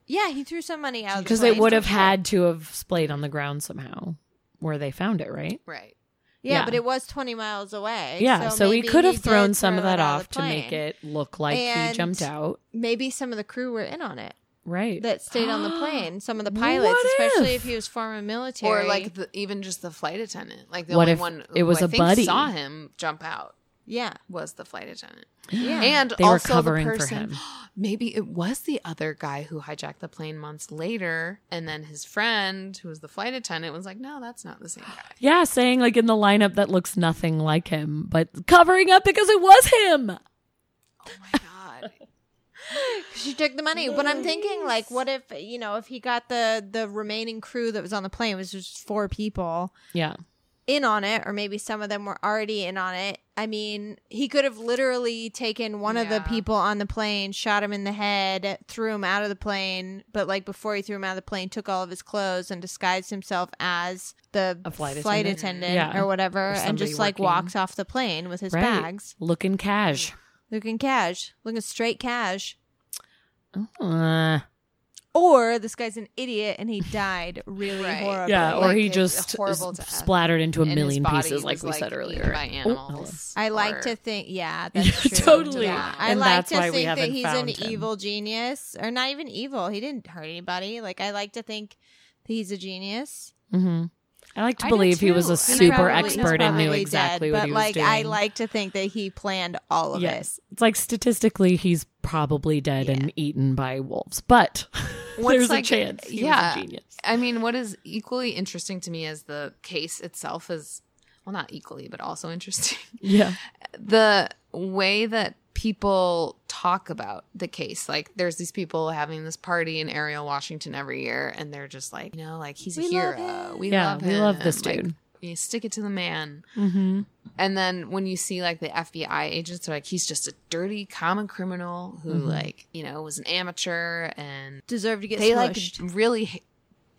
yeah, he threw some money out
because
the
they
plane.
would have had to have splayed on the ground somehow where they found it right
Right.
Yeah,
yeah.
but it was twenty miles away.
yeah so, he
maybe
could have
did
thrown some
throw
of
it
that
out
off
the
to make
plane.
it look like
And-
he jumped out
Maybe some of the crew were in on it.
right
that stayed
*gasps*
on the plane. Some of the pilots,
What
especially if
if?
he was former military,
Or like the, even just the flight attendant, like the
What
only
if
one
it
who
was
I
a
think
buddy?
saw him jump out
yeah,
was the flight attendant,
yeah,
and
They were
also
covering
the
for
person.
him.
*gasps* Maybe it was the other guy who hijacked the plane months later, and then his friend, who was the flight attendant, was like, "No, that's not the same guy."
yeah saying like in the lineup that looks nothing like him but covering up because it was him
Oh my *laughs* god.
She took the money. But I'm thinking, like, what if you know, if he got the the remaining crew that was on the plane it was just four people
Yeah.
in on it, or maybe some of them were already in on it. I mean, he could have literally taken one of the
Yeah.
people on the plane, shot him in the head, threw him out of the plane. But like before he threw him out of the plane, took all of his clothes and disguised himself as the
A flight attendant.
attendant
Yeah.
or whatever,
Or
and
somebody
just like
working.
walks off the plane with his
Right.
bags,
Looking cash.
looking cash, looking straight cash.
Uh,
Or this guy's an idiot and he *laughs* died really
Right.
horribly.
yeah, or
Like,
he
it's
just
horrible to
s-
us.
splattered into a
And his
million
body
pieces, like
was,
we said
eaten
earlier.
By
Oh,
animals.
I like
or-
to think,
*laughs*
yeah,
Yeah,
that's true.
totally.
Yeah. I
And
like
that's
to
why we
think that
haven't
he's an
found him.
evil genius, or not even evil. He didn't hurt anybody. Like I like to think that he's a genius.
hmm I like to
I do
believe he was
too.
a
And
He's
super
probably- he's
expert and knew
probably
exactly
dead,
what
but
he was
like,
doing.
I like to think that he planned all of
yes, it's like statistically he's probably dead and eaten by wolves, but *laughs*
What's
there's
like-
a chance. He was a
yeah.
genius.
I mean, what is equally interesting to me is the case itself is well, not equally, but also interesting.
Yeah.
the way that people talk about the case like there's these people having this party in Ariel, Washington every year and they're just like you know like he's a
We love
hero
him.
we
Yeah,
love him
we love this
Like,
dude.
you stick it to the man
Mm-hmm.
and then when you see like the FBI agents are like he's just a dirty common criminal who
Mm-hmm.
like you know was an amateur and
Deserved to get
they
smushed.
like really ha-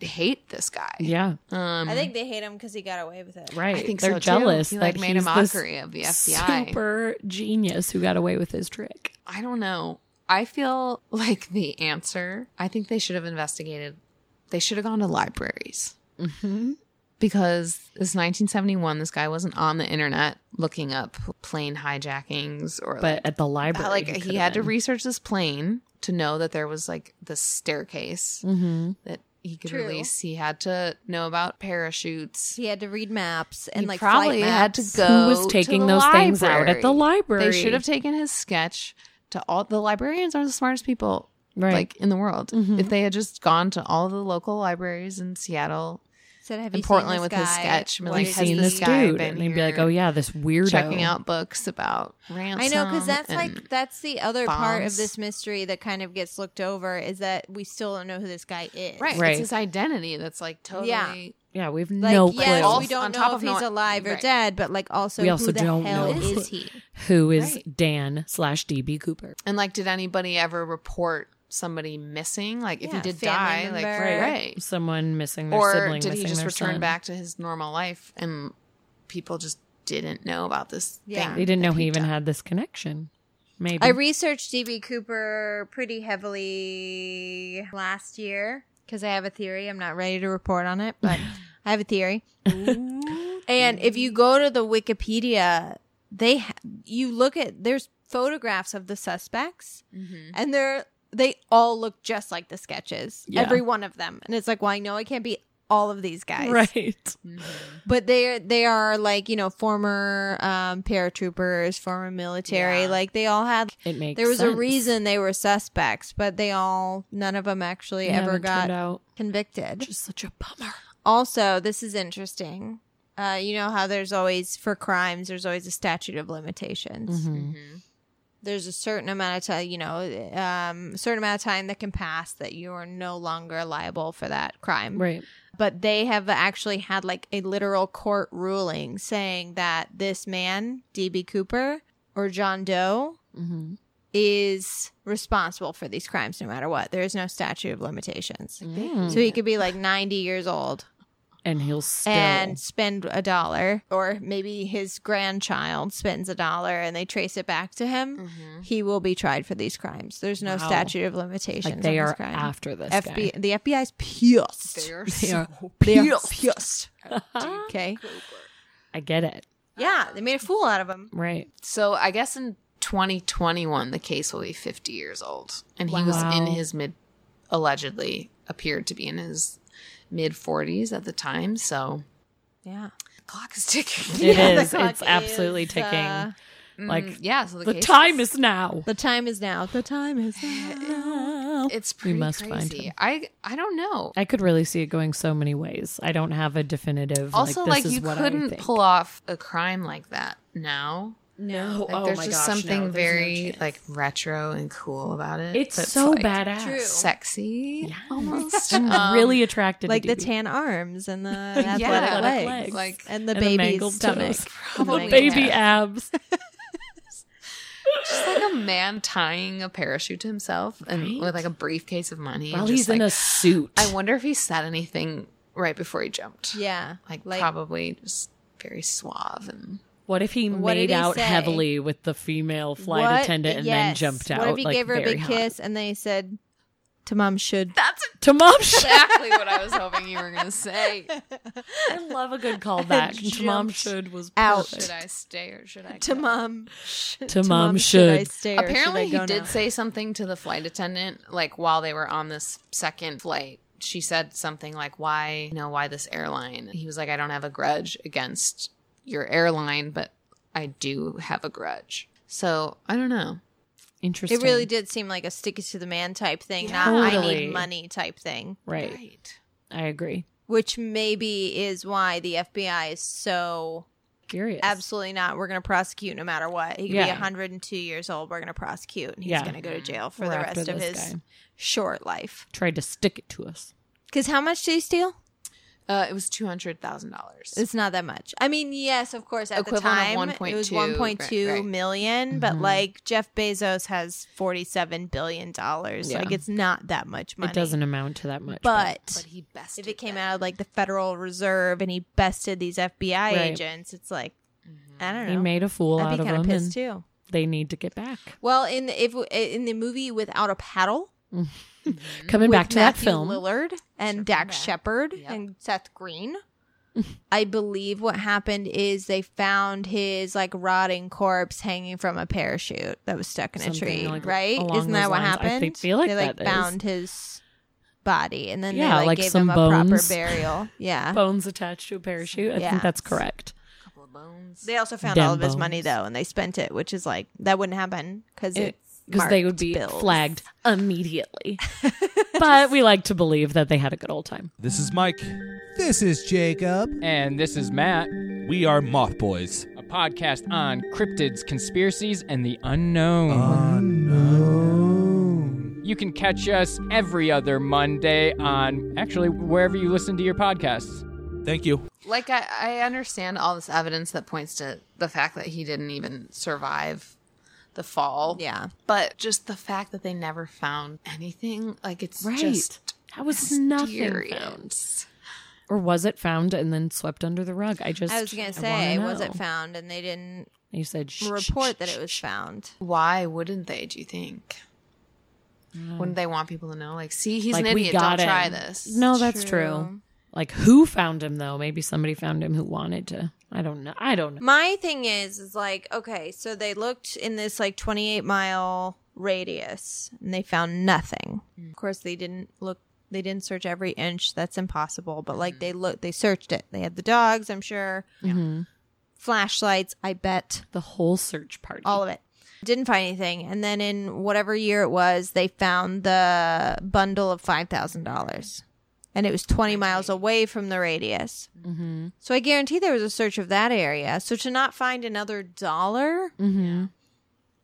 hate this guy
Yeah.
um
I think they hate him because he got away with it.
Right.
I think
They're
so, too.
jealous.
He, like,
that
made a
he's this
mockery of the FBI.
Super genius who got away with his trick.
I don't know. I feel *laughs* like the answer, I think they should have investigated. They should have gone to libraries
Mm-hmm.
because this 1971, this guy wasn't on the internet looking up plane hijackings or
But
like,
at the library,
like he
could've
had to
been.
research this plane to know that there was like this staircase
Mhm.
that he could
True.
release. He had to know about parachutes.
He had to read maps and
He
like
probably
flight
had to
maps.
go.
Who *laughs* was
to
taking
the
those things out at the library?
They should have taken his sketch to all the librarians are the smartest people
Right.
like in the world.
Mhm.
If they had just gone to all the local libraries in Seattle
Said, "Have you
and
seen
Portland
this
with his
guy?
sketch, and been
What
like,
is
has
seen
he-
this
this
guy
dude,
been
and they'd be like,
here
"Oh yeah, this weirdo."
checking out books about ransom?"
I know because that's
and-
like that's the other part of
bombs.
this mystery that kind of gets looked over is that we still don't know who this guy is.
right,
Right.
It's his identity that's like totally.
Yeah.
Yeah, we have
Like,
no clue.
yes,
clue.
we don't
On
know
top
if
of
he's
not-
alive or
right.
dead, but like also,
We also
who the
don't
hell
know.
is he?
Who is
Right.
Dan slash DB Cooper?
And like, did anybody ever report somebody missing? Like, if
Yeah,
he did die,
family
like,
member.
right,
Someone missing their
or
sibling.
did he
missing
just
their
return
son.
back to his normal life and people just didn't know about this
Yeah.
thing?
They didn't know
that
he even
done?
had this connection. Maybe
I researched DB Cooper pretty heavily last year because I have a theory. I'm not ready to report on it,
*laughs*
but I have a theory. and if you go to the Wikipedia, they ha- you look at there's photographs of the suspects,
Mm-hmm.
and they're they all look just like the sketches,
Yeah.
every one of them. And it's like, well, I know it can't be all of these guys,
*laughs* right.
Mm-hmm.
but they are they are like you know former um, paratroopers, former military.
Yeah.
Like they all had
It makes.
there was a
sense.
reason they were suspects, but they all, none of them actually
They
ever
haven't turned
got
out.
convicted.
Just such a bummer.
Also, this is interesting. Uh, you know how there's always, for crimes, there's always a statute of limitations.
Mm-hmm.
There's a certain amount of time, you know, um, a certain amount of time that can pass that you are no longer liable for that crime
Right.
but they have actually had like a literal court ruling saying that this man, DB Cooper or John Doe,
Mhm.
is responsible for these crimes no matter what. There is no statute of limitations.
Mm.
So he could be like 90 years old
And he'll still.
and spend a dollar, or maybe his grandchild spends a dollar and they trace it back to him. He will be tried for these crimes. There's no
Mm-hmm. Wow.
statute of limitations.
like they
on this
are
crime.
after this
FBI,
guy.
the FBI's pissed. *laughs*
They're
*laughs* They are
They're pissed.
*laughs*
Okay.
I get it.
Yeah, they made a fool out of him. *laughs*
Right.
So I guess in 2021, the case will be 50 years old, and he was in
Wow.
his mid, allegedly appeared to be in his mid 40s at the time. So
Yeah.
clock is ticking.
It
*laughs*
is.
the clock
It's absolutely
is,
ticking.
uh,
like
yeah. So the,
the
case
time is now.
The time is now. The time is now.
It's pretty
must
crazy.
find him.
I I don't know.
I could really see it going so many ways. I don't have a definitive.
also, like,
this is
you
*laughs* what I
couldn't
think.
pull off a crime like that now. No, like,
oh
there's
my
just
gosh, no,
something
there's no
very
chance.
like retro and cool about it.
It's
but
so
like,
badass.
True.
sexy.
Yeah.
almost.
I'm
Um,
really attracted
like
to
the
DB.
tan arms and *laughs* the athletic
athletic
legs, Like,
legs. Like-
and the
and the
baby
mangled
stomach, *laughs*
toes.
And the
Probably
mangled
baby
toes.
abs.
just like a man tying a parachute to himself and with like a briefcase of money.
While
and just,
he's in
like-
a suit.
I wonder if he said anything right before he jumped.
Yeah,
Like, probably just very suave and
What if he
What did
made
he
out
say?
heavily with the female flight
What-
attendant and then
yes.
jumped out?
What if he
like,
gave her a
very
big
hot?
kiss and then he said, "To mom
*laughs*
should."
That's
To
*laughs*
mom, sh-
exactly what I was hoping you were gonna *laughs* say.
I love a *laughs* good callback. to mom
Jumped
should was
out.
perfect.
Should I stay or should I
To
go?
mom, sh-
To mom
I
should.
stay? or should I
Apparently he
go
did
now?
say something to the flight attendant, like while they were on this second flight. She said something like, Why you know, why this airline? He was like, I don't have a grudge against your airline, but I do have a grudge. So I don't know.
Interesting.
It really did seem like a stick it to the man type thing, not I
Totally.
need money type thing,
Right. I agree.
which maybe is why the FBI is so
Curious.
absolutely not. We're going to prosecute no matter what. He could be
Yeah.
102 years old. We're going to prosecute, and he's
Yeah.
going to go to jail for
We're
the
after
rest of his
this guy.
short life.
Tried to stick it to us.
Because how much did he steal?
Uh, it was two hundred thousand dollars.
It's not that much. I mean, yes, of course, at
Equivalent
the
of
time it was
1.2,
1.2 million,
right, right.
but
Mm-hmm.
like Jeff Bezos has 47 billion dollars. Like it's not that much money.
It doesn't amount to that much.
But,
But he bested
if it came out of like the Federal Reserve and he bested these FBI
Right. Mm-hmm.
agents, it's like I don't know.
he made a fool
I'd
out
be
of
kind
him,
pissed
and
too.
they need to get back.
Well, in the, if in the movie Without a Paddle,
Coming
Mm-hmm. with
back to
Matthew
that film,
Lillard and Dax Shepard and Seth
*laughs*
Green. I believe what happened is they found his like rotting corpse hanging from a parachute that was stuck in a
Something
tree,
like
right?
along
Isn't that
those
what
lines. I
happened?
think- feel like
they like
that is.
found his body and then
Yeah,
they like,
like
gave
some
him a proper *laughs*
bones.
burial. Yeah.
bones attached to a parachute. I
Yeah.
think that's correct.
They also found
Them
all of his money
bones.
though, and they spent it, which is like that wouldn't happen because it's
Because they would
marked
be
bills.
flagged
*laughs*
immediately. but we like to believe that they had a good old time.
This is Mike.
This is Jacob.
And this is Matt. We are Moth Boys. A podcast on cryptids, conspiracies, and the unknown. You can catch us every other Monday on actually wherever you listen to your podcasts.
Thank you.
like I, I understand all this evidence that points to the fact that he didn't even survive the fall.
Yeah.
But just the fact that they never found anything, like it's
Right.
just
That was nothing
mysterious.
found. Or was it found and then swept under the rug? I just
I was gonna
I
say,
wanna
was
know.
it found? And they didn't
You said shh, shh,
report that
shh,
it was found.
Why wouldn't they, do you think? Wouldn't they want people to know? Like, see, he's
Mm. Like,
an
we
idiot.
got
Don't
him.
try this.
No, that's
True.
true. Like who found him though? Maybe somebody found him who wanted to. I don't know. I don't know.
My thing is, is like, okay, so they looked in this like 28 mile radius and they found nothing.
Mm.
Of course, they didn't look, they didn't search every inch. That's impossible. But
Mm.
like, they looked, they searched it. They had the dogs, I'm sure. Flashlights, I bet.
The whole search party.
All of it. Didn't find anything. And then in whatever year it was, they found the bundle of $5,000. And it was 20 miles away from the radius.
mm-hmm.
So I guarantee there was a search of that area. So to not find another dollar,
Mm-hmm.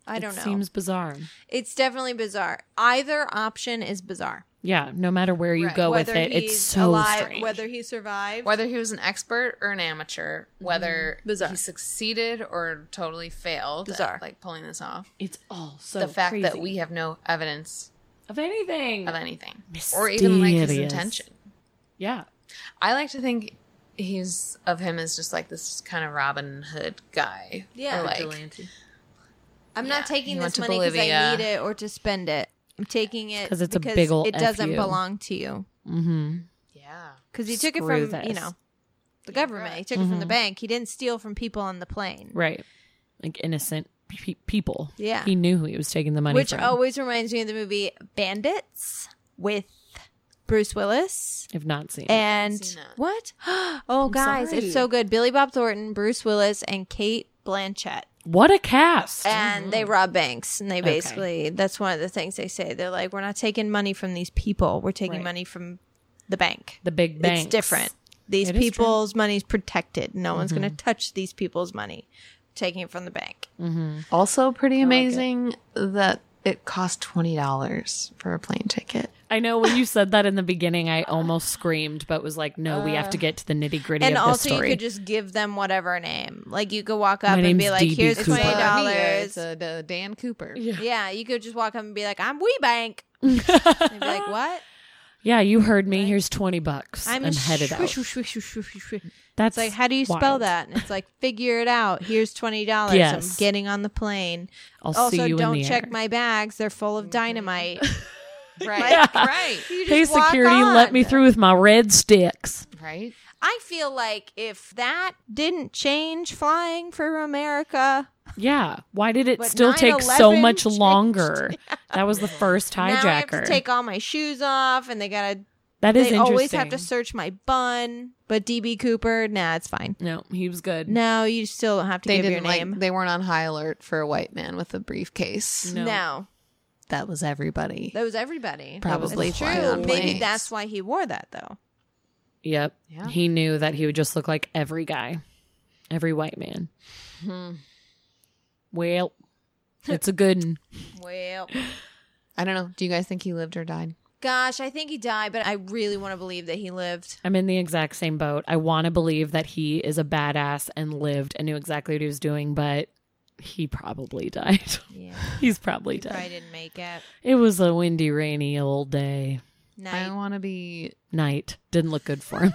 I don't know.
Seems bizarre.
it's definitely bizarre. Either option is bizarre.
Yeah. No matter where you go with it, it's so strange.
whether he survived,
Whether he was an expert or an amateur, whether
Mm-hmm.
Bizarre.
he succeeded or totally failed
Bizarre.
at like pulling this off.
it's all so
the fact that
crazy.
we have no evidence
of anything.
of anything. Or even like his
Mysterious.
intention.
Yeah.
I like to think he's of him as just like this kind of Robin Hood guy.
Yeah.
Or, like,
I'm
Yeah,
not taking
he
this
went to
money because I
Bolivia.
need it or to spend it. I'm taking it
'Cause it's a big ol'
it
F
doesn't
you.
belong to you.
Mm-hmm.
yeah.
Because he took it
Screw
from you
this. Mm-hmm.
know the government. He took it from the bank. He didn't steal from people on the plane.
Right. Like innocent pe- people.
Yeah.
He knew who he was taking the money
Which
from.
always reminds me of the movie Bandits with Bruce Willis.
I've not seen. it.
And what? *gasps* Oh, guys, it's so good. Billy Bob Thornton, Bruce Willis, and Kate Blanchett.
What a cast.
And
Mm-hmm.
they rob banks. And they basically, that's one of the things they say. They're like, we're not taking money from these people, we're taking
Right.
money from the bank.
the big banks.
It's different. These
It is true.
people's money's protected. No one's going to touch these people's money. taking it from the bank.
Mm-hmm.
Also, pretty amazing that it cost twenty dollars for a plane ticket.
I know when you said that in the beginning, I almost screamed, but was like, no, we have to get to the nitty gritty of
and
this
also, you
story.
could just give them whatever name. Like, you could walk up
My
and be
name's
like,
DB
here's
Cooper.
$20.
It's a, a Dan Cooper.
yeah. you could just walk up and be like, I'm
*laughs*
WeBank. and they'd be like, what?
yeah, you heard me. Here's 20 bucks. I'm,
a
headed
shwish,
out.
shwish, shwish, shwish, shwish, shwish.
That's
it's like, how do you spell
wild.
that? And it's like, figure it out. Here's twenty dollars.
Yes.
I'm getting on the plane.
I'll see
also,
you in
don't
the
check
air.
my bags; they're full of dynamite.
Right.
Like,
Right.
you
Hey,
just walk
security, let
on.
me through with my red sticks.
Right.
I feel like if that didn't change flying for America,
Yeah. Why did it
But
still take
9/11
so much
changed- *laughs*
longer? That was the first
now I have
hijacker.
to take all my shoes off, and they gotta.
that is
they
interesting.
always have to search my bun. But DB Cooper, nah, it's fine.
no, he was good.
No, you still don't have to
They
give your
didn't
name.
like. They weren't on high alert for a white man with a briefcase.
No.
no,
That was everybody.
that was everybody.
Probably
That's
flying
true.
on
Maybe
planes.
that's why he wore that though.
Yep.
Yeah.
He knew that he would just look like every guy, every white man.
Hmm.
Well, it's a good one.
Well,
I don't know. Do you guys think he lived or died?
gosh, I think he died, but I really want to believe that he lived.
I'm in the exact same boat. I want to believe that he is a badass and lived and knew exactly what he was doing, but he probably died. *laughs*
Yeah,
He's probably
he probably
dead.
didn't make it.
It was a windy, rainy old day.
I
Night.
don't want to be.
Night didn't look good for him.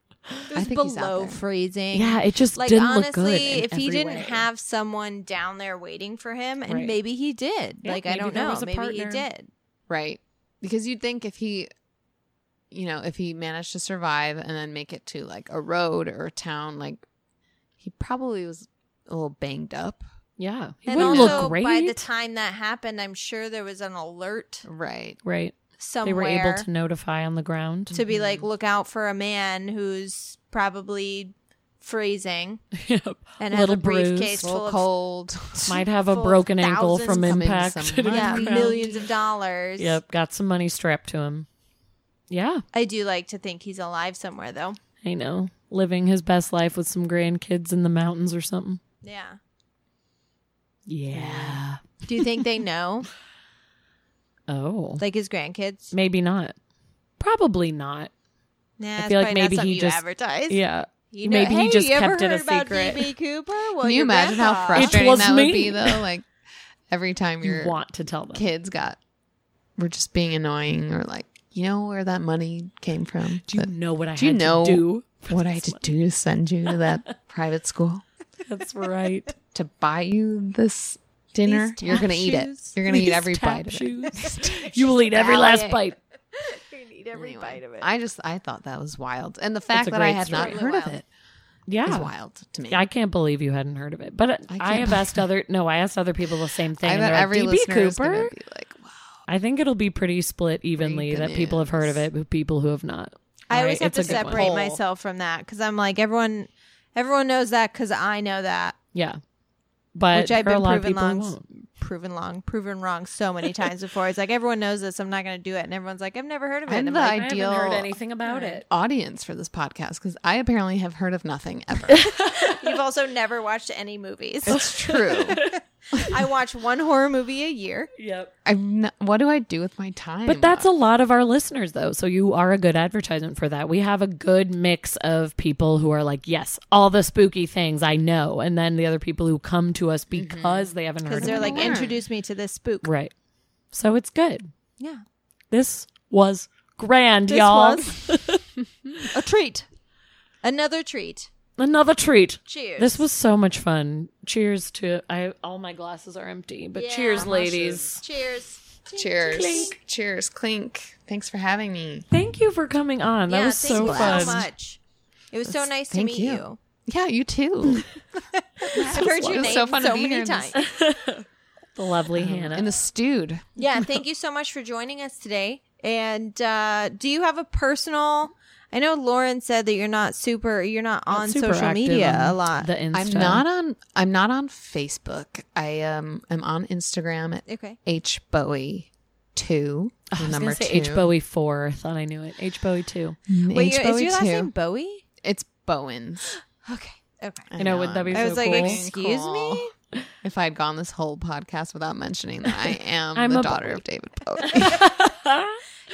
It was
I think he's out
below
there.
freezing.
yeah, it just
Like
didn't look good.
honestly,
in
if he
every
didn't
way.
have someone down there waiting for him, and
Right.
maybe he did.
Yeah,
like I
maybe
don't
there
know.
was a
Maybe he
partner.
did.
Right. Because you'd think if he, you know, if he managed to survive and then make it to like a road or a town, like he probably was a little banged up.
yeah, he
And
wouldn't
also,
look great.
by the time that happened, I'm sure there was an alert
Right.
right,
somewhere.
they were able to notify on the ground.
to be like, look out for a man who's probably freezing
*laughs* yep,
and has
little
a briefcase
bruise.
A little
full of *laughs*
cold.
Might have a
full of
broken ankle
thousands
from
coming
impact. *laughs*
somewhere.
yeah,
Underground.
millions of dollars.
Yep, got some money strapped to him. Yeah,
I do like to think he's alive somewhere though.
I know. Living his best life with some grandkids in the mountains or something.
Yeah.
Yeah.
Do you
*laughs*
think they know?
Oh.
Like his grandkids?
Maybe not. Probably not.
Nah,
I
it's
feel like
probably not
maybe
something
he
you
just-
advertise.
Yeah.
You
maybe he
hey,
just
you ever
kept it a
heard about
secret.
DB Cooper? Well,
Can you
your
imagine how
grandpa-
frustrating
was
that
me.
would be though? Like every time
*laughs* You
your
want to tell them.
kids got were just being annoying or like, you know where that money came from?
Do you
That-
know what I
do you
had
know
to do?
what I had to do to send you to that private school?
*laughs* That's right.
to buy you this dinner,
These
*laughs* you're gonna
tap
eat it.
shoes.
You're gonna eat
These
every
tap
bite of it. *laughs*
shoes. you will eat every last bite.
You need every
Anyway,
bite of it.
I just I thought that was wild, and the fact
a
that I
great
had not
story.
heard of
Wild.
it is
Yeah.
wild to me.
I can't believe you hadn't heard of it. But
I
I, have
can't.
asked other no, I asked other people the same thing.
I
and
bet
they're like,
every
DB
listener is
Cooper?
gonna be like, wow.
I think it'll be pretty split evenly
the
that people have heard of it, but people who have not.
I
All
always
right,
have to
it's a good one.
separate myself from that because I'm like everyone. Everyone knows that because I know that,
Yeah. But
which I've
there are
been
a lot of
proven
people who
long,
won't.
proven long, proven wrong so many times before. It's like everyone knows this. I'm not going to do it, and everyone's like, "I've never heard of it."
I'm
And I'm
the
like,
ideal
about it.
audience for this podcast because I apparently have heard of
*laughs*
nothing ever.
You've also never watched any movies.
it's true.
I watch one horror movie a year.
Yep.
I'm not, what do I do with my time?
But that's a lot of our listeners, though. So you are a good advertisement for that. We have a good mix of people who are like, yes, all the spooky things I know. And then the other people who come to us because they haven't heard
Because
of
they're
it.
like,
Learn.
introduce me to this spook.
right. So it's good.
Yeah.
This was grand,
This
y'all.
was a treat. Another treat.
Another treat.
Cheers.
This was so much fun. Cheers to I all my glasses are empty, but
Yeah.
cheers, ladies.
*laughs* Cheers.
cheers. Cheers, clink. Thanks for having me.
Thank you for coming on. That
yeah,
was
thank
so
you
fun.
so much. It was so nice to
thank
meet
you.
you.
Yeah, you too.
*laughs* I've heard
It
your
was
name
so
so,
fun to be here
many
in this-
times.
The
Um,
lovely Hannah.
and the stewed.
yeah, thank you so much for joining us today. And uh, do you have a personal? I know Lauren said that you're not super, you're not,
Not
on
super
social
active
media
on
a lot.
The Insta.
I'm not on. I'm not on Facebook. I um. I'm on Instagram at
okay,
h bowie two.
Oh, I was
number
gonna say
two.
H Bowie four. I Thought I knew it. H Bowie two.
Mm,
wait,
H
your- is
Bowie
your last
two.
name Bowie?
It's Bowens.
Okay, Okay.
You know, would that be
I was
so
like,
cool?
excuse me?
me? If I had gone this whole podcast without mentioning that
*laughs*
I am
I'm
the
a
daughter
Bowie.
of
*laughs*
David Bowie.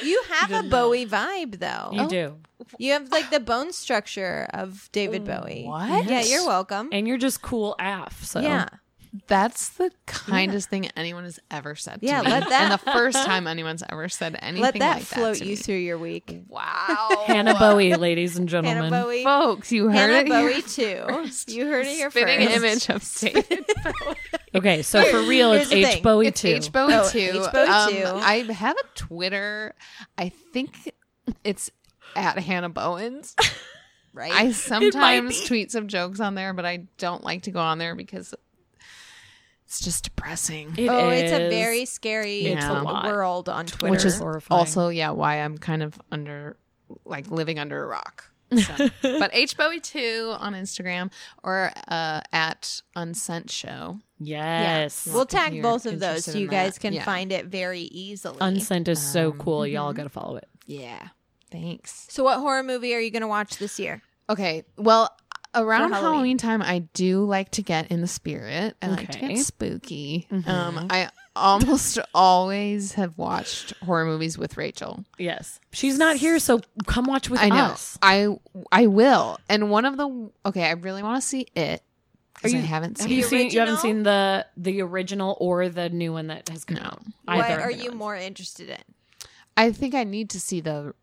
You have a Bowie vibe, though. Oh.
You do.
You have like the bone structure of David Bowie.
What?
Yeah, you're welcome.
And you're just cool AF. So
Yeah.
That's the kindest thing anyone has ever said to
Yeah,
me.
let that-
and the
*laughs*
first time anyone's ever said anything
Let that
like
float
that to
you
me.
through your week.
*laughs*
Wow.
Hannah
*laughs*
Bowie, ladies and gentlemen.
Hannah Bowie.
Folks, you Oh, heard
Hannah
it
Bowie,
*laughs* here
too. You heard it here
Spitting
first.
image of David.
Okay, so for real, it's
Here's the
H
thing.
Bowie
it's
too.
H Bowie
Oh,
two.
H. Bowie
Um,
two.
I have a Twitter. I think it's at
*laughs*
Hannah Bowens.
Right.
I sometimes tweet some jokes on there, but I don't like to go on there because it's just depressing.
It
oh, it's a
is.
very scary
It's a
lot.
world on Twitter.
Which is horrifying.
Also, yeah, why I'm kind of under, like living under a rock.
*laughs*
So. but H Bowie two on Instagram or uh, at Unsent Show.
yes.
We'll tag
you're
both of those
interested
so you
in
guys
that.
can
Yeah.
find it very easily.
Unsent is so
Um,
cool. Y'all
mm-hmm.
got to follow it.
Yeah, thanks.
so, what horror movie are you going to watch this year?
Okay. Well, around
For
Halloween.
Halloween.
time, I do like to get in the spirit. I like to
Okay. Mm-hmm.
get spooky. Um, I almost *laughs* always have watched horror movies with Rachel.
Yes. She's not here, so come watch with
I know.
us.
I I will. And one of the okay, I really want to see it because I
you-
haven't
Have
seen
you
it.
seen? You haven't
original?
seen the the original or the new one that has come
No.
out.
what
Either.
are you more interested in?
I think I need to see the.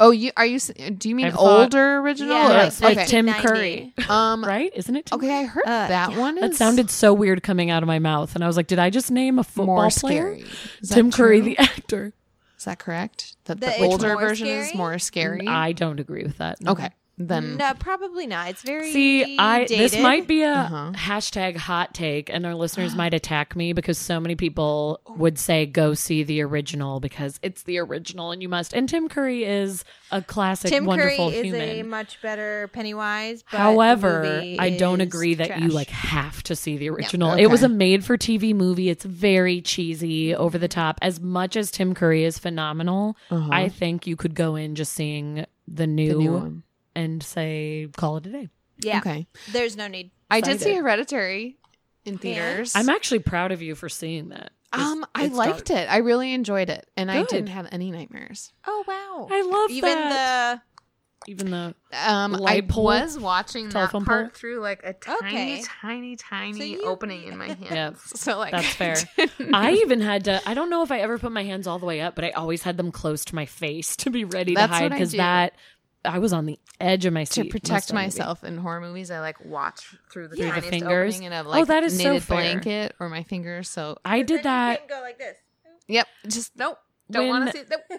Oh, you are you? s- Do you mean
I've thought-
older original?
Yeah,
or-
like
Yes, like
okay.
Tim
1990.
Curry,
um.
*laughs* right? Isn't it? Tim
Okay, I heard
Uh,
that one.
That
is
sounded so weird coming out of my mouth, and I was like, "Did I just name a football
more
player?"
scary. Is that
Tim Curry,
true?
the actor.
Is that correct? That the,
That it's
older
more
version is
scary?
more scary.
I don't agree with that. no.
okay, then
No, probably not. It's very
See, I this
dated.
might be a
Uh-huh.
hashtag hot take, and
*gasps*
our listeners might attack me because so many people would say go see the original because it's the original, and you must. And Tim Curry is a classic,
Tim
wonderful
Curry is
human.
a much better Pennywise. But the
However,
movie
I don't
is
agree that you
trash.
like have to see the original.
okay.
It was a made for TV movie. It's very cheesy, over the top. As much as Tim Curry is phenomenal, I think you could go in just seeing the new,
new one.
and say call it a day.
Yeah,
okay.
there's no need.
I did see Hereditary in theaters.
I'm actually proud of you for seeing that.
um, I liked it. I really enjoyed it, and I
Good.
didn't have any nightmares.
Oh wow!
I love
Even
that.
the
Even though
Um, I
Light pole?
was watching that
Telephone
part
pole?
through like a tiny,
Okay.
tiny, tiny
So you-
opening
*laughs*
in my hands.
Yeah.
So like *laughs*
that's fair.
didn't-
I even had to. I don't know if I ever put my hands all the way up, but I always had them close to my face to be ready
That's
to
what
hide
I
because
do.
that I was on the edge of my
to
seat most
protect
of the movie.
myself in horror movies, I like watch through the
Through the
tiniest
fingers.
opening and I've
Oh,
like
that is so
knitted
fair.
blanket or my fingers. So
I did that
go like this.
yep, just nope. Don't
When-
want to see. *laughs* Nope.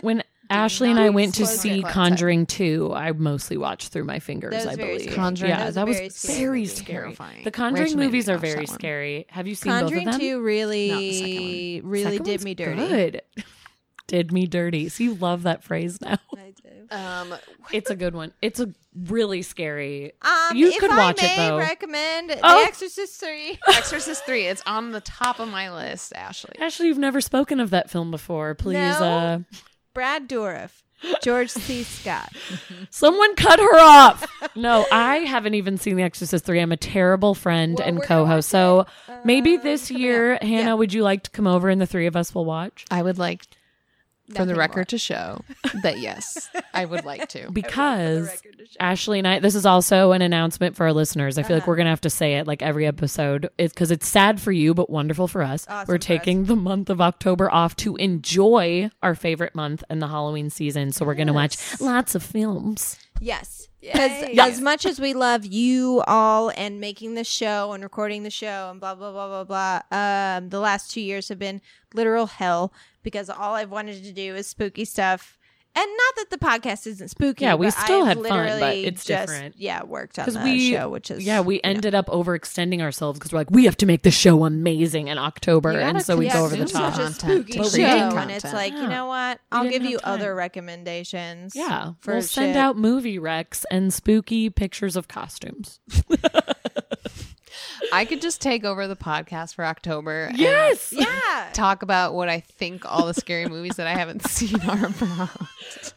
when Ashley and I went to
close your
see
closet.
Conjuring Two. I mostly watched through my fingers.
That was
I
very
believe
scary.
Conjuring.
Yeah,
That was a
that was
very
very
scary
scary.
movie.
Terrifying.
The Conjuring
Rachel made me
movies are
watch that
very
one.
scary. Have you seen
Conjuring
both of them?
two
Not the second
really,
one.
really
Second
did
one's
me dirty.
Good. *laughs* Did me dirty. So you love that phrase now.
I do.
*laughs*
Um,
It's a good one. It's a really scary.
Um,
you
if
could
I
watch
may
it though.
recommend
Oh.
The Exorcist Three. *laughs*
Exorcist three. It's on the top of my list, Ashley.
Ashley, you've never spoken of that film before. Please,
No. Brad Dourif, George C. Scott.
uh, someone cut her off. no, I haven't even seen The Exorcist 3. I'm a terrible friend
Well,
and
we're gonna
co host. So
watch it,
maybe
um,
this
coming
year,
up.
Hannah,
Yeah.
would you like to come over and the three of us will watch?
I would like, for
Nothing
the
more.
record, to
*laughs*
show that yes, I would like to.
Because Ashley and I, this is also an announcement for our listeners. I feel like
Uh-huh.
we're going to have to say it like every episode because it's sad for you, but wonderful for us.
Awesome for
we're
us.
taking the month of October off to enjoy our favorite month and the Halloween season. So we're going to watch lots of films.
Yes. Because as much as we love you all and making the show and recording the show and blah blah blah blah blah, um, the last two years have been literal hell because all I've wanted to do is spooky stuff. And not that the podcast isn't spooky.
Yeah, we
but
still
I've
had fun, but
literally
it's
just,
different.
Yeah, worked on
because
the
we
show, which is
yeah we ended up overextending ourselves because we're like we have to make the show amazing in october
You
and
gotta
so we go over the
consume
top
Such a
Content.
spooky
But
show,
we did
and it's
content.
like you
Yeah.
know what?
We
I'll
didn't
give
have
you
time.
other recommendations.
yeah
for
we'll send
shit.
out movie recs and spooky pictures of costumes
I could just take over the podcast for October. and
*laughs* Yeah,
*laughs*
*laughs*
Talk about what I think all the scary movies that I haven't seen are about.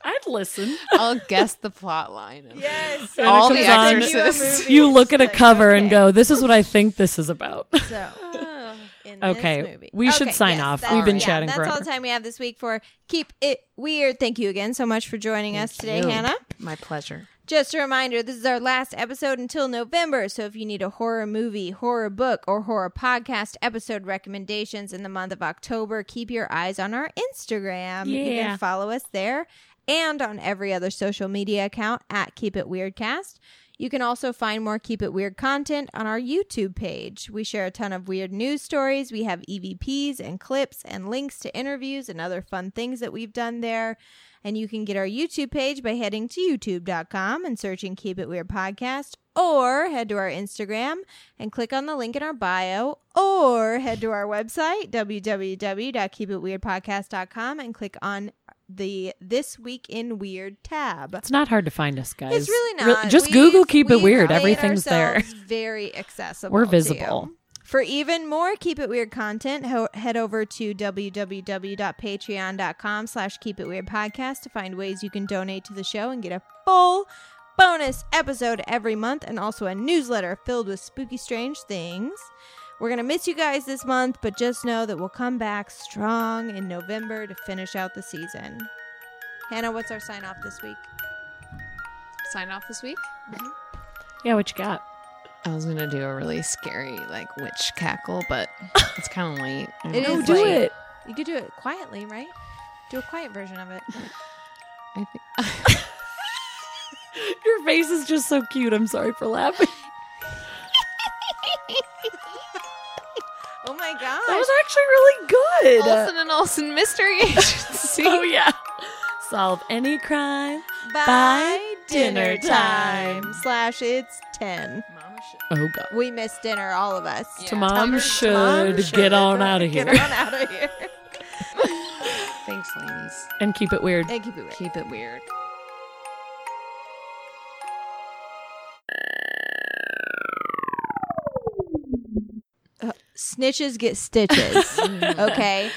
i'd listen.
I'll guess the plot line. Of yes,
And it
all the
comes on,
exorcists.
*laughs* You look at a cover and go, "This is what I think this is about."
So, *laughs* in this
Okay,
movie.
we should
Okay,
sign
yes,
off.
that's-
We've been
yeah,
chatting
That's all
forever.
the time we have this week for Keep It Weird. Thank you again so much for joining us today,
you.
Hannah.
My pleasure.
Just a reminder, this is our last episode until November. So if you need a horror movie, horror book, or horror podcast episode recommendations in the month of October, keep your eyes on our Instagram. You
Yeah.
can follow us there and on every other social media account at Keep It Weirdcast. You can also find more Keep It Weird content on our YouTube page. We share a ton of weird news stories. We have EVPs and clips and links to interviews and other fun things that we've done there. And you can get our YouTube page by heading to youtube.com and searching Keep It Weird Podcast, or head to our Instagram and click on the link in our bio, or head to our website, www.keepitweirdpodcast.com, and click on the This Week in Weird tab.
*laughs* It's not hard to find us, guys.
It's really
Re-
not.
just
We've-
Google "Keep It
we've
Weird."
made
Everything's there.
ourselves Very accessible.
*laughs* We're
to
visible.
you. For even more Keep It Weird content, ho- head over to www.patreon.com slash Keep It Weird Podcast to find ways you can donate to the show and get a full bonus episode every month and also a newsletter filled with spooky, strange things. We're going to miss you guys this month, but just know that we'll come back strong in November to finish out the season. Hannah, what's our sign off this week?
Sign off this week.
Yeah, what you got?
I was gonna do a really scary like witch cackle, but it's kind of *laughs* late.
It
No,
is
do
late.
it.
You could do it quietly, right? Do a quiet version of it.
I think.
*laughs* Your face is just so cute. I'm sorry
*laughs*
for laughing.
*laughs* oh my god.
That was actually really good.
Olson and Olson Mystery *laughs* Agency.
*laughs* oh yeah. Solve any crime
by,
by dinner time.
Slash it's ten.
Oh god.
We missed dinner, all of us.
To mom should get on out of
Get
here
on out of here. *laughs*
Thanks, ladies.
and keep it weird.
And keep it weird.
Keep it weird.
Uh, snitches get stitches. *laughs* okay.